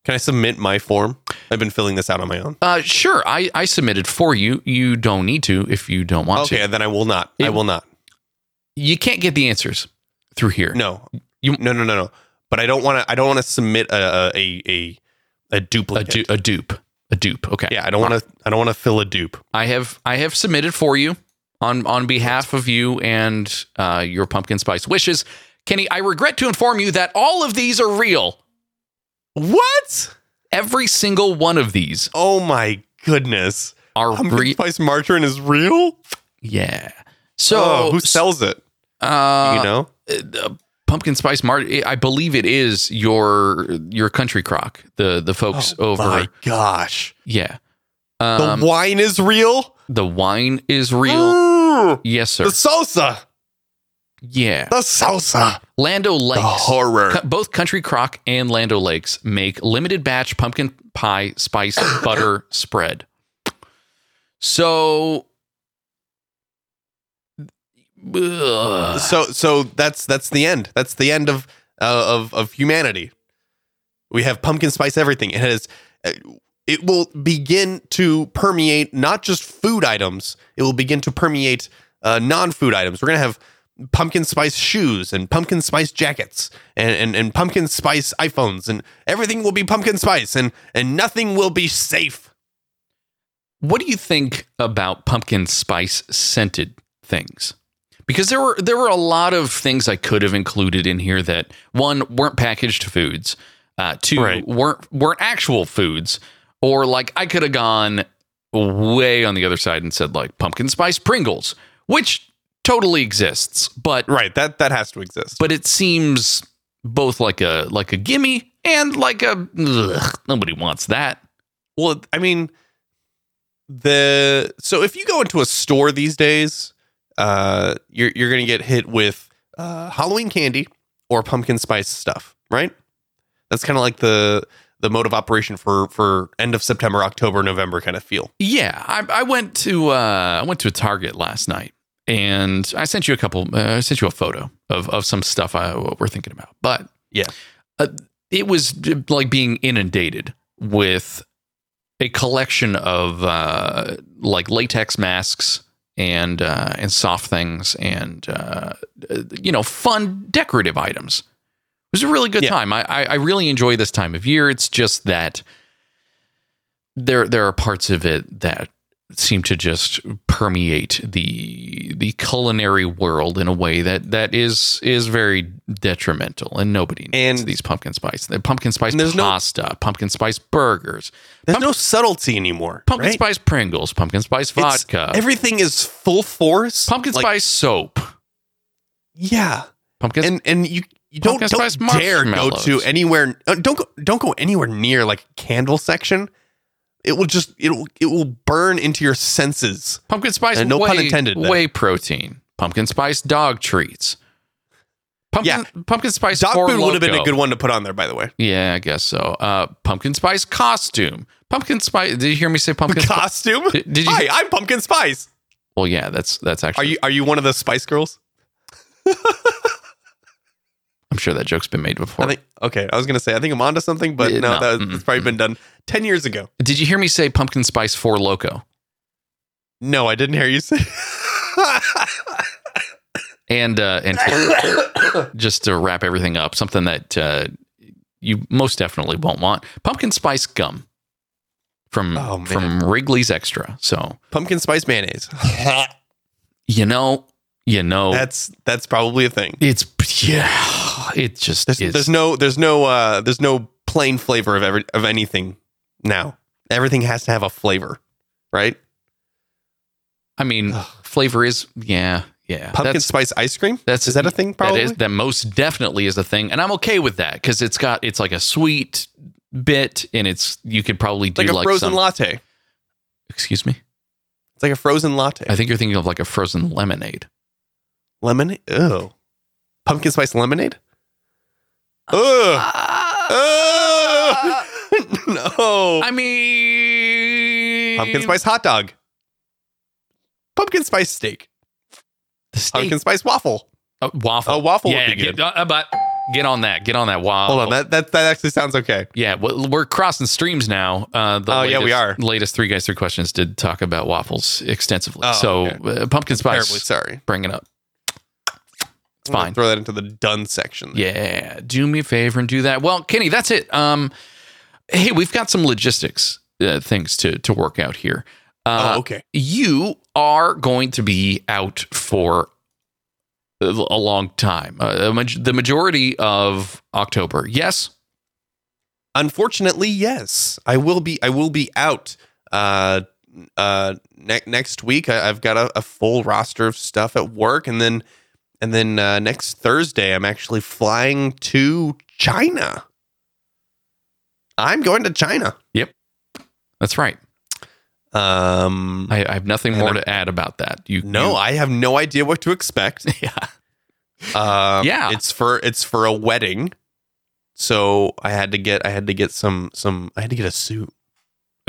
Can I submit my form? I've been filling this out on my own.
Uh, sure. I I submitted for you. You don't need to if you don't want
Okay,
to.
then I will not. I
It-
will not.
You can't get the answers through here.
No.
You-
no no no no. But I don't want to. I don't want to submit a a a a
A,
duplicate.
du- a dupe. A dupe. Okay.
yeah, I don't want to. I don't want to fill a dupe.
I have I have submitted for you on on behalf of you and uh, your pumpkin spice wishes, Kenny. I regret to inform you that all of these are real.
What?
Every single one of these
Oh my goodness.
are
Pumpkin
real.
spice margarine is real?
Yeah. So
oh, who sells it?
uh,
you know?
uh, pumpkin spice mart. eh, I believe it is your your country crock. The the folks over.
my gosh.
Yeah.
The
Um,
wine is real?
The wine is real.
Mm,
yes, sir.
the salsa.
Yeah.
The salsa.
Lando Lakes.
horror.
Co- Both Country Crock and Lando Lakes make limited batch pumpkin pie spice butter spread. So. Ugh.
So so that's that's the end. That's the end of uh, of of humanity. We have pumpkin spice everything. It has uh, it will begin to permeate not just food items. It will begin to permeate uh, non-food items. We're gonna have pumpkin spice shoes and pumpkin spice jackets and, and and pumpkin spice iPhones and everything will be pumpkin spice and and nothing will be safe.
What do you think about pumpkin spice scented things? Because there were there were a lot of things I could have included in here that one weren't packaged foods, uh, two
Right.
weren't weren't actual foods, or like I could have gone way on the other side and said like pumpkin spice Pringles, which totally exists, but
Right. That that has to exist.
but it seems both like a like a gimme and like a ugh, nobody wants that.
Well, I mean, the so if you go into a store these days, uh, you're you're gonna get hit with uh, Halloween candy or pumpkin spice stuff, right? That's kind of like the the mode of operation for for end of September, October, November kind of feel.
Yeah, I, I went to uh, I went to a Target last night, and I sent you a couple. Uh, I sent you a photo of of some stuff I what we're thinking about, but
Yeah.
uh, it was uh, like being inundated with a collection of uh, like latex masks and uh, and soft things and uh, uh, you know fun decorative items. It was a really good
Yeah.
time. I, I I really enjoy this time of year. It's just that there there are parts of it that seem to just permeate the the culinary world in a way that that is is very detrimental and nobody needs
And-
these pumpkin spice the pumpkin spice
And there's no-
pasta pumpkin spice burgers
There's
Pump-
no subtlety anymore.
pumpkin
right?
spice pringles pumpkin spice
It's-
vodka
everything is full force.
pumpkin
Like,
spice soap
Yeah.
pumpkin
and and you you don't,
Pumpkin
don't
spice
dare go
marshmallows.
to anywhere uh, don't go don't go anywhere near like candle section it will just it will it will burn into your senses
pumpkin spice
and no
whey,
pun intended there.
whey protein pumpkin spice dog treats pumpkin pumpkin spice
dog
Four
food would have been a
Loko.
good one to put on there by the way
Yeah, I guess so. Uh, pumpkin spice costume. Pumpkin spice. Did you hear me say pumpkin? spice?
costume
Did- did you-
hi i'm pumpkin spice
well, yeah, that's that's actually.
are you are you one of the spice girls
I'm sure that joke's been made before.
i think okay i was gonna say i think i'm onto something but
Yeah,
no,
no,
that was,
mm,
it's probably been done 10 years ago
Did you hear me say pumpkin spice for loco?
no i didn't hear you say
And uh, and just to wrap everything up, something that uh, you most definitely won't want: pumpkin spice gum from
Oh, man.
from Wrigley's Extra. So
pumpkin spice mayonnaise
you know, you know,
that's that's probably a thing
it's yeah, it just
There's,
is.
there's no there's no uh there's no plain flavor of every of anything now. Everything has to have a flavor, right?
I mean, flavor is yeah, yeah.
Pumpkin
that's-
spice ice cream?
That's
Is that a thing, probably?
That is that most definitely is a thing, and I'm okay with that because it's got it's like a sweet bit, and it's you could probably do
like
like,
a frozen
some-
latte.
Excuse me,
It's like a frozen latte.
I think you're thinking of like a frozen lemonade.
lemonade. Oh. Pumpkin spice lemonade?
Uh,
Ugh. Ugh. no.
I mean,
pumpkin spice hot dog. Pumpkin spice steak.
the steak-
Pumpkin spice waffle.
uh, waffle,
a waffle would
yeah,
be
get-
good.
uh, but get on that, get on that waffle.
Hold on, that, that that actually sounds okay.
yeah, well, we're crossing streams now. Uh, the
Oh, yeah, we are.
Latest three guys, three questions did talk about waffles extensively.
Oh,
so
okay.
uh, pumpkin spice,
Terribly sorry.
bring it up. It's
I'm gonna
fine.
Throw that into the done section.
Yeah, do me a favor and do that. Well, Kenny, that's it. Um, hey, we've got some logistics uh, things to to work out here. Uh,
oh, okay.
You are going to be out for a a long time. Uh, a maj- the majority of October. Yes.
Unfortunately, yes. I will be. I will be out. Uh, uh, ne- next week I, I've got a, a full roster of stuff at work, and then and then uh, next Thursday I'm actually flying to China. I'm going to China.
That's right.
Um,
I, I have nothing more to add about that. You
no, I have no idea what to expect.
you- yeah,
Um,
Yeah.
it's for it's for a wedding, so I had to get I had to get some some I had to get a suit.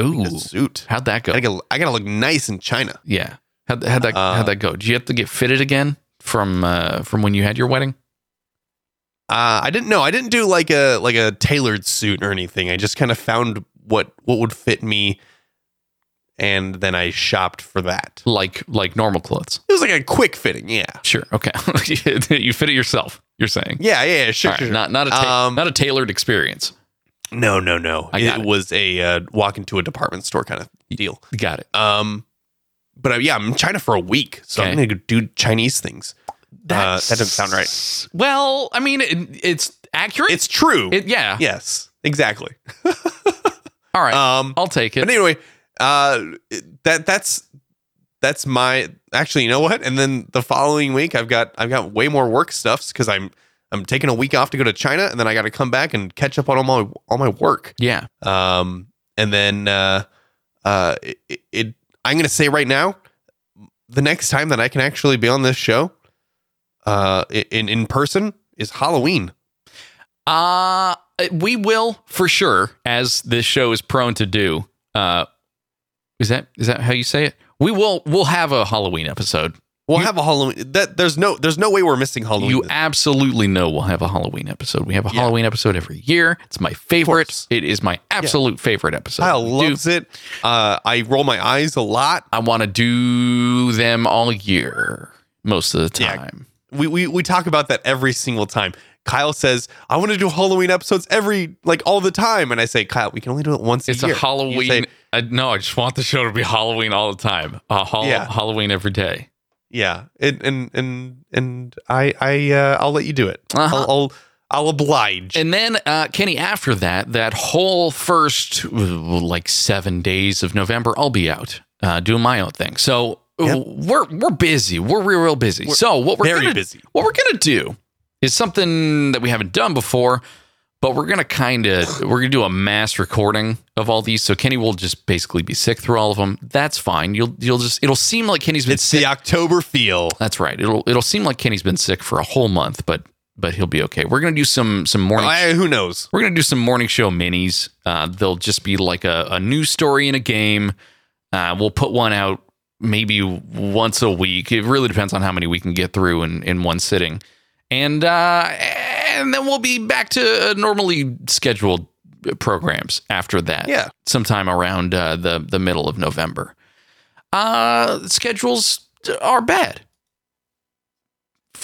ooh,
A suit.
how'd that go?
I gotta, I gotta look nice in China.
Yeah, how'd, how'd that
Uh,
how'd that go? Did you have to get fitted again from uh, from when you had your wedding?
Uh, I didn't know. I didn't do like a like a tailored suit or anything. I just kind of found what what would fit me, and then I shopped for that.
Like like normal clothes?
It was like a quick fitting. Yeah,
Sure, okay. you fit it yourself. You're saying
yeah, yeah. yeah, Sure,
All right,
sure. sure.
not not a ta-
Um,
not a tailored experience.
no, no, no.
I
It,
got it.
was a uh, walk into a department store kind of deal.
Got it.
Um, but uh, yeah, I'm in China for a week, so I'm
Okay.
gonna go do Chinese things. Uh, that doesn't sound right.
Well, I mean, it, it's accurate.
It's true.
It- yeah.
Yes, exactly.
All right.
Um,
I'll take it.
but anyway, uh, it- that that's that's my actually. You know what? And then the following week, I've got I've got way more work stuffs because I'm I'm taking a week off to go to China, and then I got to come back and catch up on all my all my work.
yeah.
Um, and then uh, uh, it, it I'm gonna say right now, the next time that I can actually be on this show, uh, in in person is Halloween.
Uh we will for sure, as this show is prone to do. Uh is that is that how you say it? We will we'll have a Halloween episode.
We'll
You-
have a Halloween. That there's no there's no way we're missing Halloween.
You absolutely know we'll have a Halloween episode. We have a Halloween episode every year. It's my favorite.
course.
It is my absolute favorite episode.
Kyle
We do-
loves it. Uh, I roll my eyes a lot.
I want to do them all year most of the
Yeah.
time.
We, we we talk about that every single time. Kyle says, "I want to do Halloween episodes every like all the time," and I say, "Kyle, we can only do it once
It's
a year."
a
You
Halloween.
say,
I, no, I just want the show to be Halloween all the time. Uh, Hall-
Yeah.
Halloween every day.
yeah, and and and and I I uh, I'll let you do it.
Uh-huh.
I'll, I'll I'll oblige.
And then, uh, Kenny, after that, that whole first uh, like seven days of November, I'll be out uh, doing my own thing. So uh,
Yep.
we're we're busy. We're real, real busy. so what we're
very
gonna,
busy.
What we're gonna do is something that we haven't done before, but we're gonna kind of we're gonna do a mass recording of all these. So Kenny will just basically be sick through all of them. That's fine. You'll you'll just it'll seem like Kenny's been
it's
sick
the October feel.
that's right. It'll it'll seem like Kenny's been sick for a whole month, but but he'll be okay. We're gonna do some some morning.
I, who knows?
we're gonna do some morning show minis. Uh, they'll just be like a, a news story in a game. Uh, we'll put one out maybe once a week. It really depends on how many we can get through in in one sitting, and uh, and then we'll be back to uh, normally scheduled programs after that.
Yeah.
sometime around uh, the the middle of November. Uh, schedules are bad.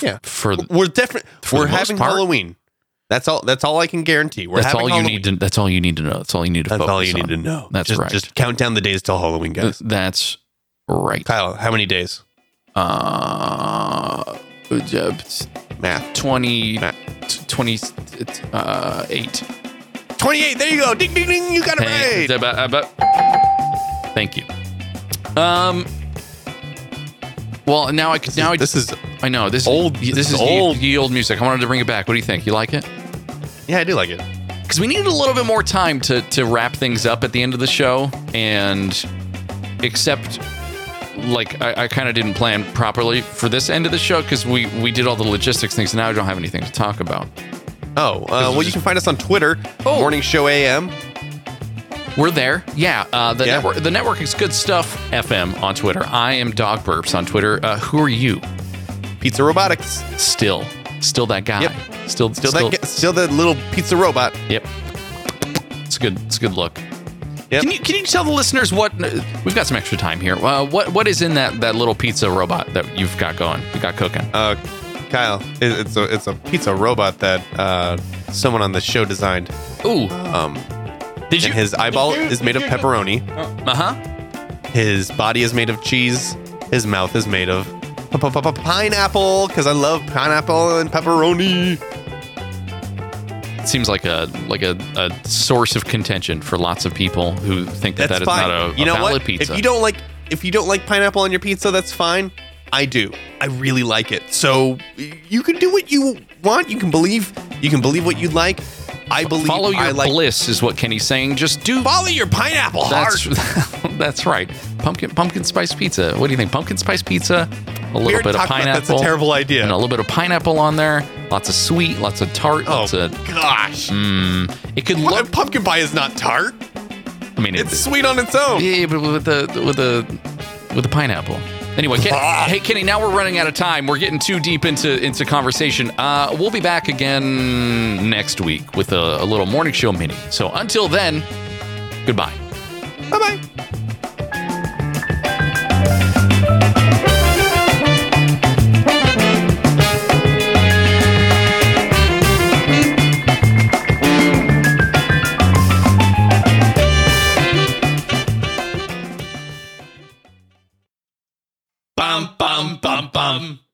Yeah.
for
We're definitely
For the
we're
most
having
part.
Halloween. That's all. That's all I can guarantee. We're
that's
having
all you
Halloween.
need to. That's all you need to know. That's all you need to.
That's
focus
all you
on.
need to know.
That's
just,
right.
Just count down the days till Halloween,
Th-
guys.
That's right.
Kyle, how many days?
Uh, uh,
Math.
20,
Matt.
t- 20, uh, eight.
28. There you go. Ding, ding, ding. You got it
Thank,
right.
about- about- thank you. Um. Well, now I could. Now I
This is,
I know this
old.
This,
This
is,
is
ye-
old.
ye old music. I wanted to bring it back. What do you think? You like it?
yeah, I do like it.
because we needed a little bit more time to to wrap things up at the end of the show and except like i, I kind of didn't plan properly for this end of the show because we we did all the logistics things and now i don't have anything to talk about
Oh, uh, well, you can find us on Twitter, Morning Show AM.
we're there yeah uh the
Yeah.
network the network is good stuff fm on twitter i am dog burps on twitter uh who are you
Pizza Robotics.
still still that guy
Yep.
still
Still, that, g- still the little pizza robot.
Yep. It's a good. It's a good look.
Yep.
Can you can you tell the listeners what we've got some extra time here? Uh, what what is in that that little pizza robot that you've got going? You got cooking.
Uh, Kyle, it, it's a it's a pizza robot that uh, someone on the show designed.
Ooh.
Um,
Did you?
and his eyeball is made of pepperoni.
uh huh.
His body is made of cheese. His mouth is made of p- p- p- pineapple because I love pineapple and pepperoni.
Seems like a like a, a source of contention for lots of people who think that
That's
that is
fine.
not a,
you
a
know
valid
what?
pizza.
If you don't like if you don't like pineapple on your pizza, that's fine. I do. I really like it. So y- you can do what you want. You can believe you can believe what you like. I believe
Follow your
I like
bliss is what Kenny's saying. Just do.
follow your pineapple heart.
That's that's right. Pumpkin pumpkin spice pizza. What do you think? Pumpkin spice pizza. A little
We already
bit of
talked about
pineapple.
That's a terrible idea.
And a little bit of pineapple on there. Lots of sweet. Lots of Mm. tart.
oh
Lots of.
gosh,
It could
Pu-
look.
pumpkin pie is not tart.
I mean,
It's
it,
sweet on its own.
Yeah, yeah, but with the with the with the pineapple. Anyway, Ken,
Ah.
hey Kenny, now we're running out of time. We're getting too deep into into conversation. Uh, we'll be back again next week with a, a little morning show mini. So until then, goodbye.
Bye bye.
Bum, bum, bum, bum.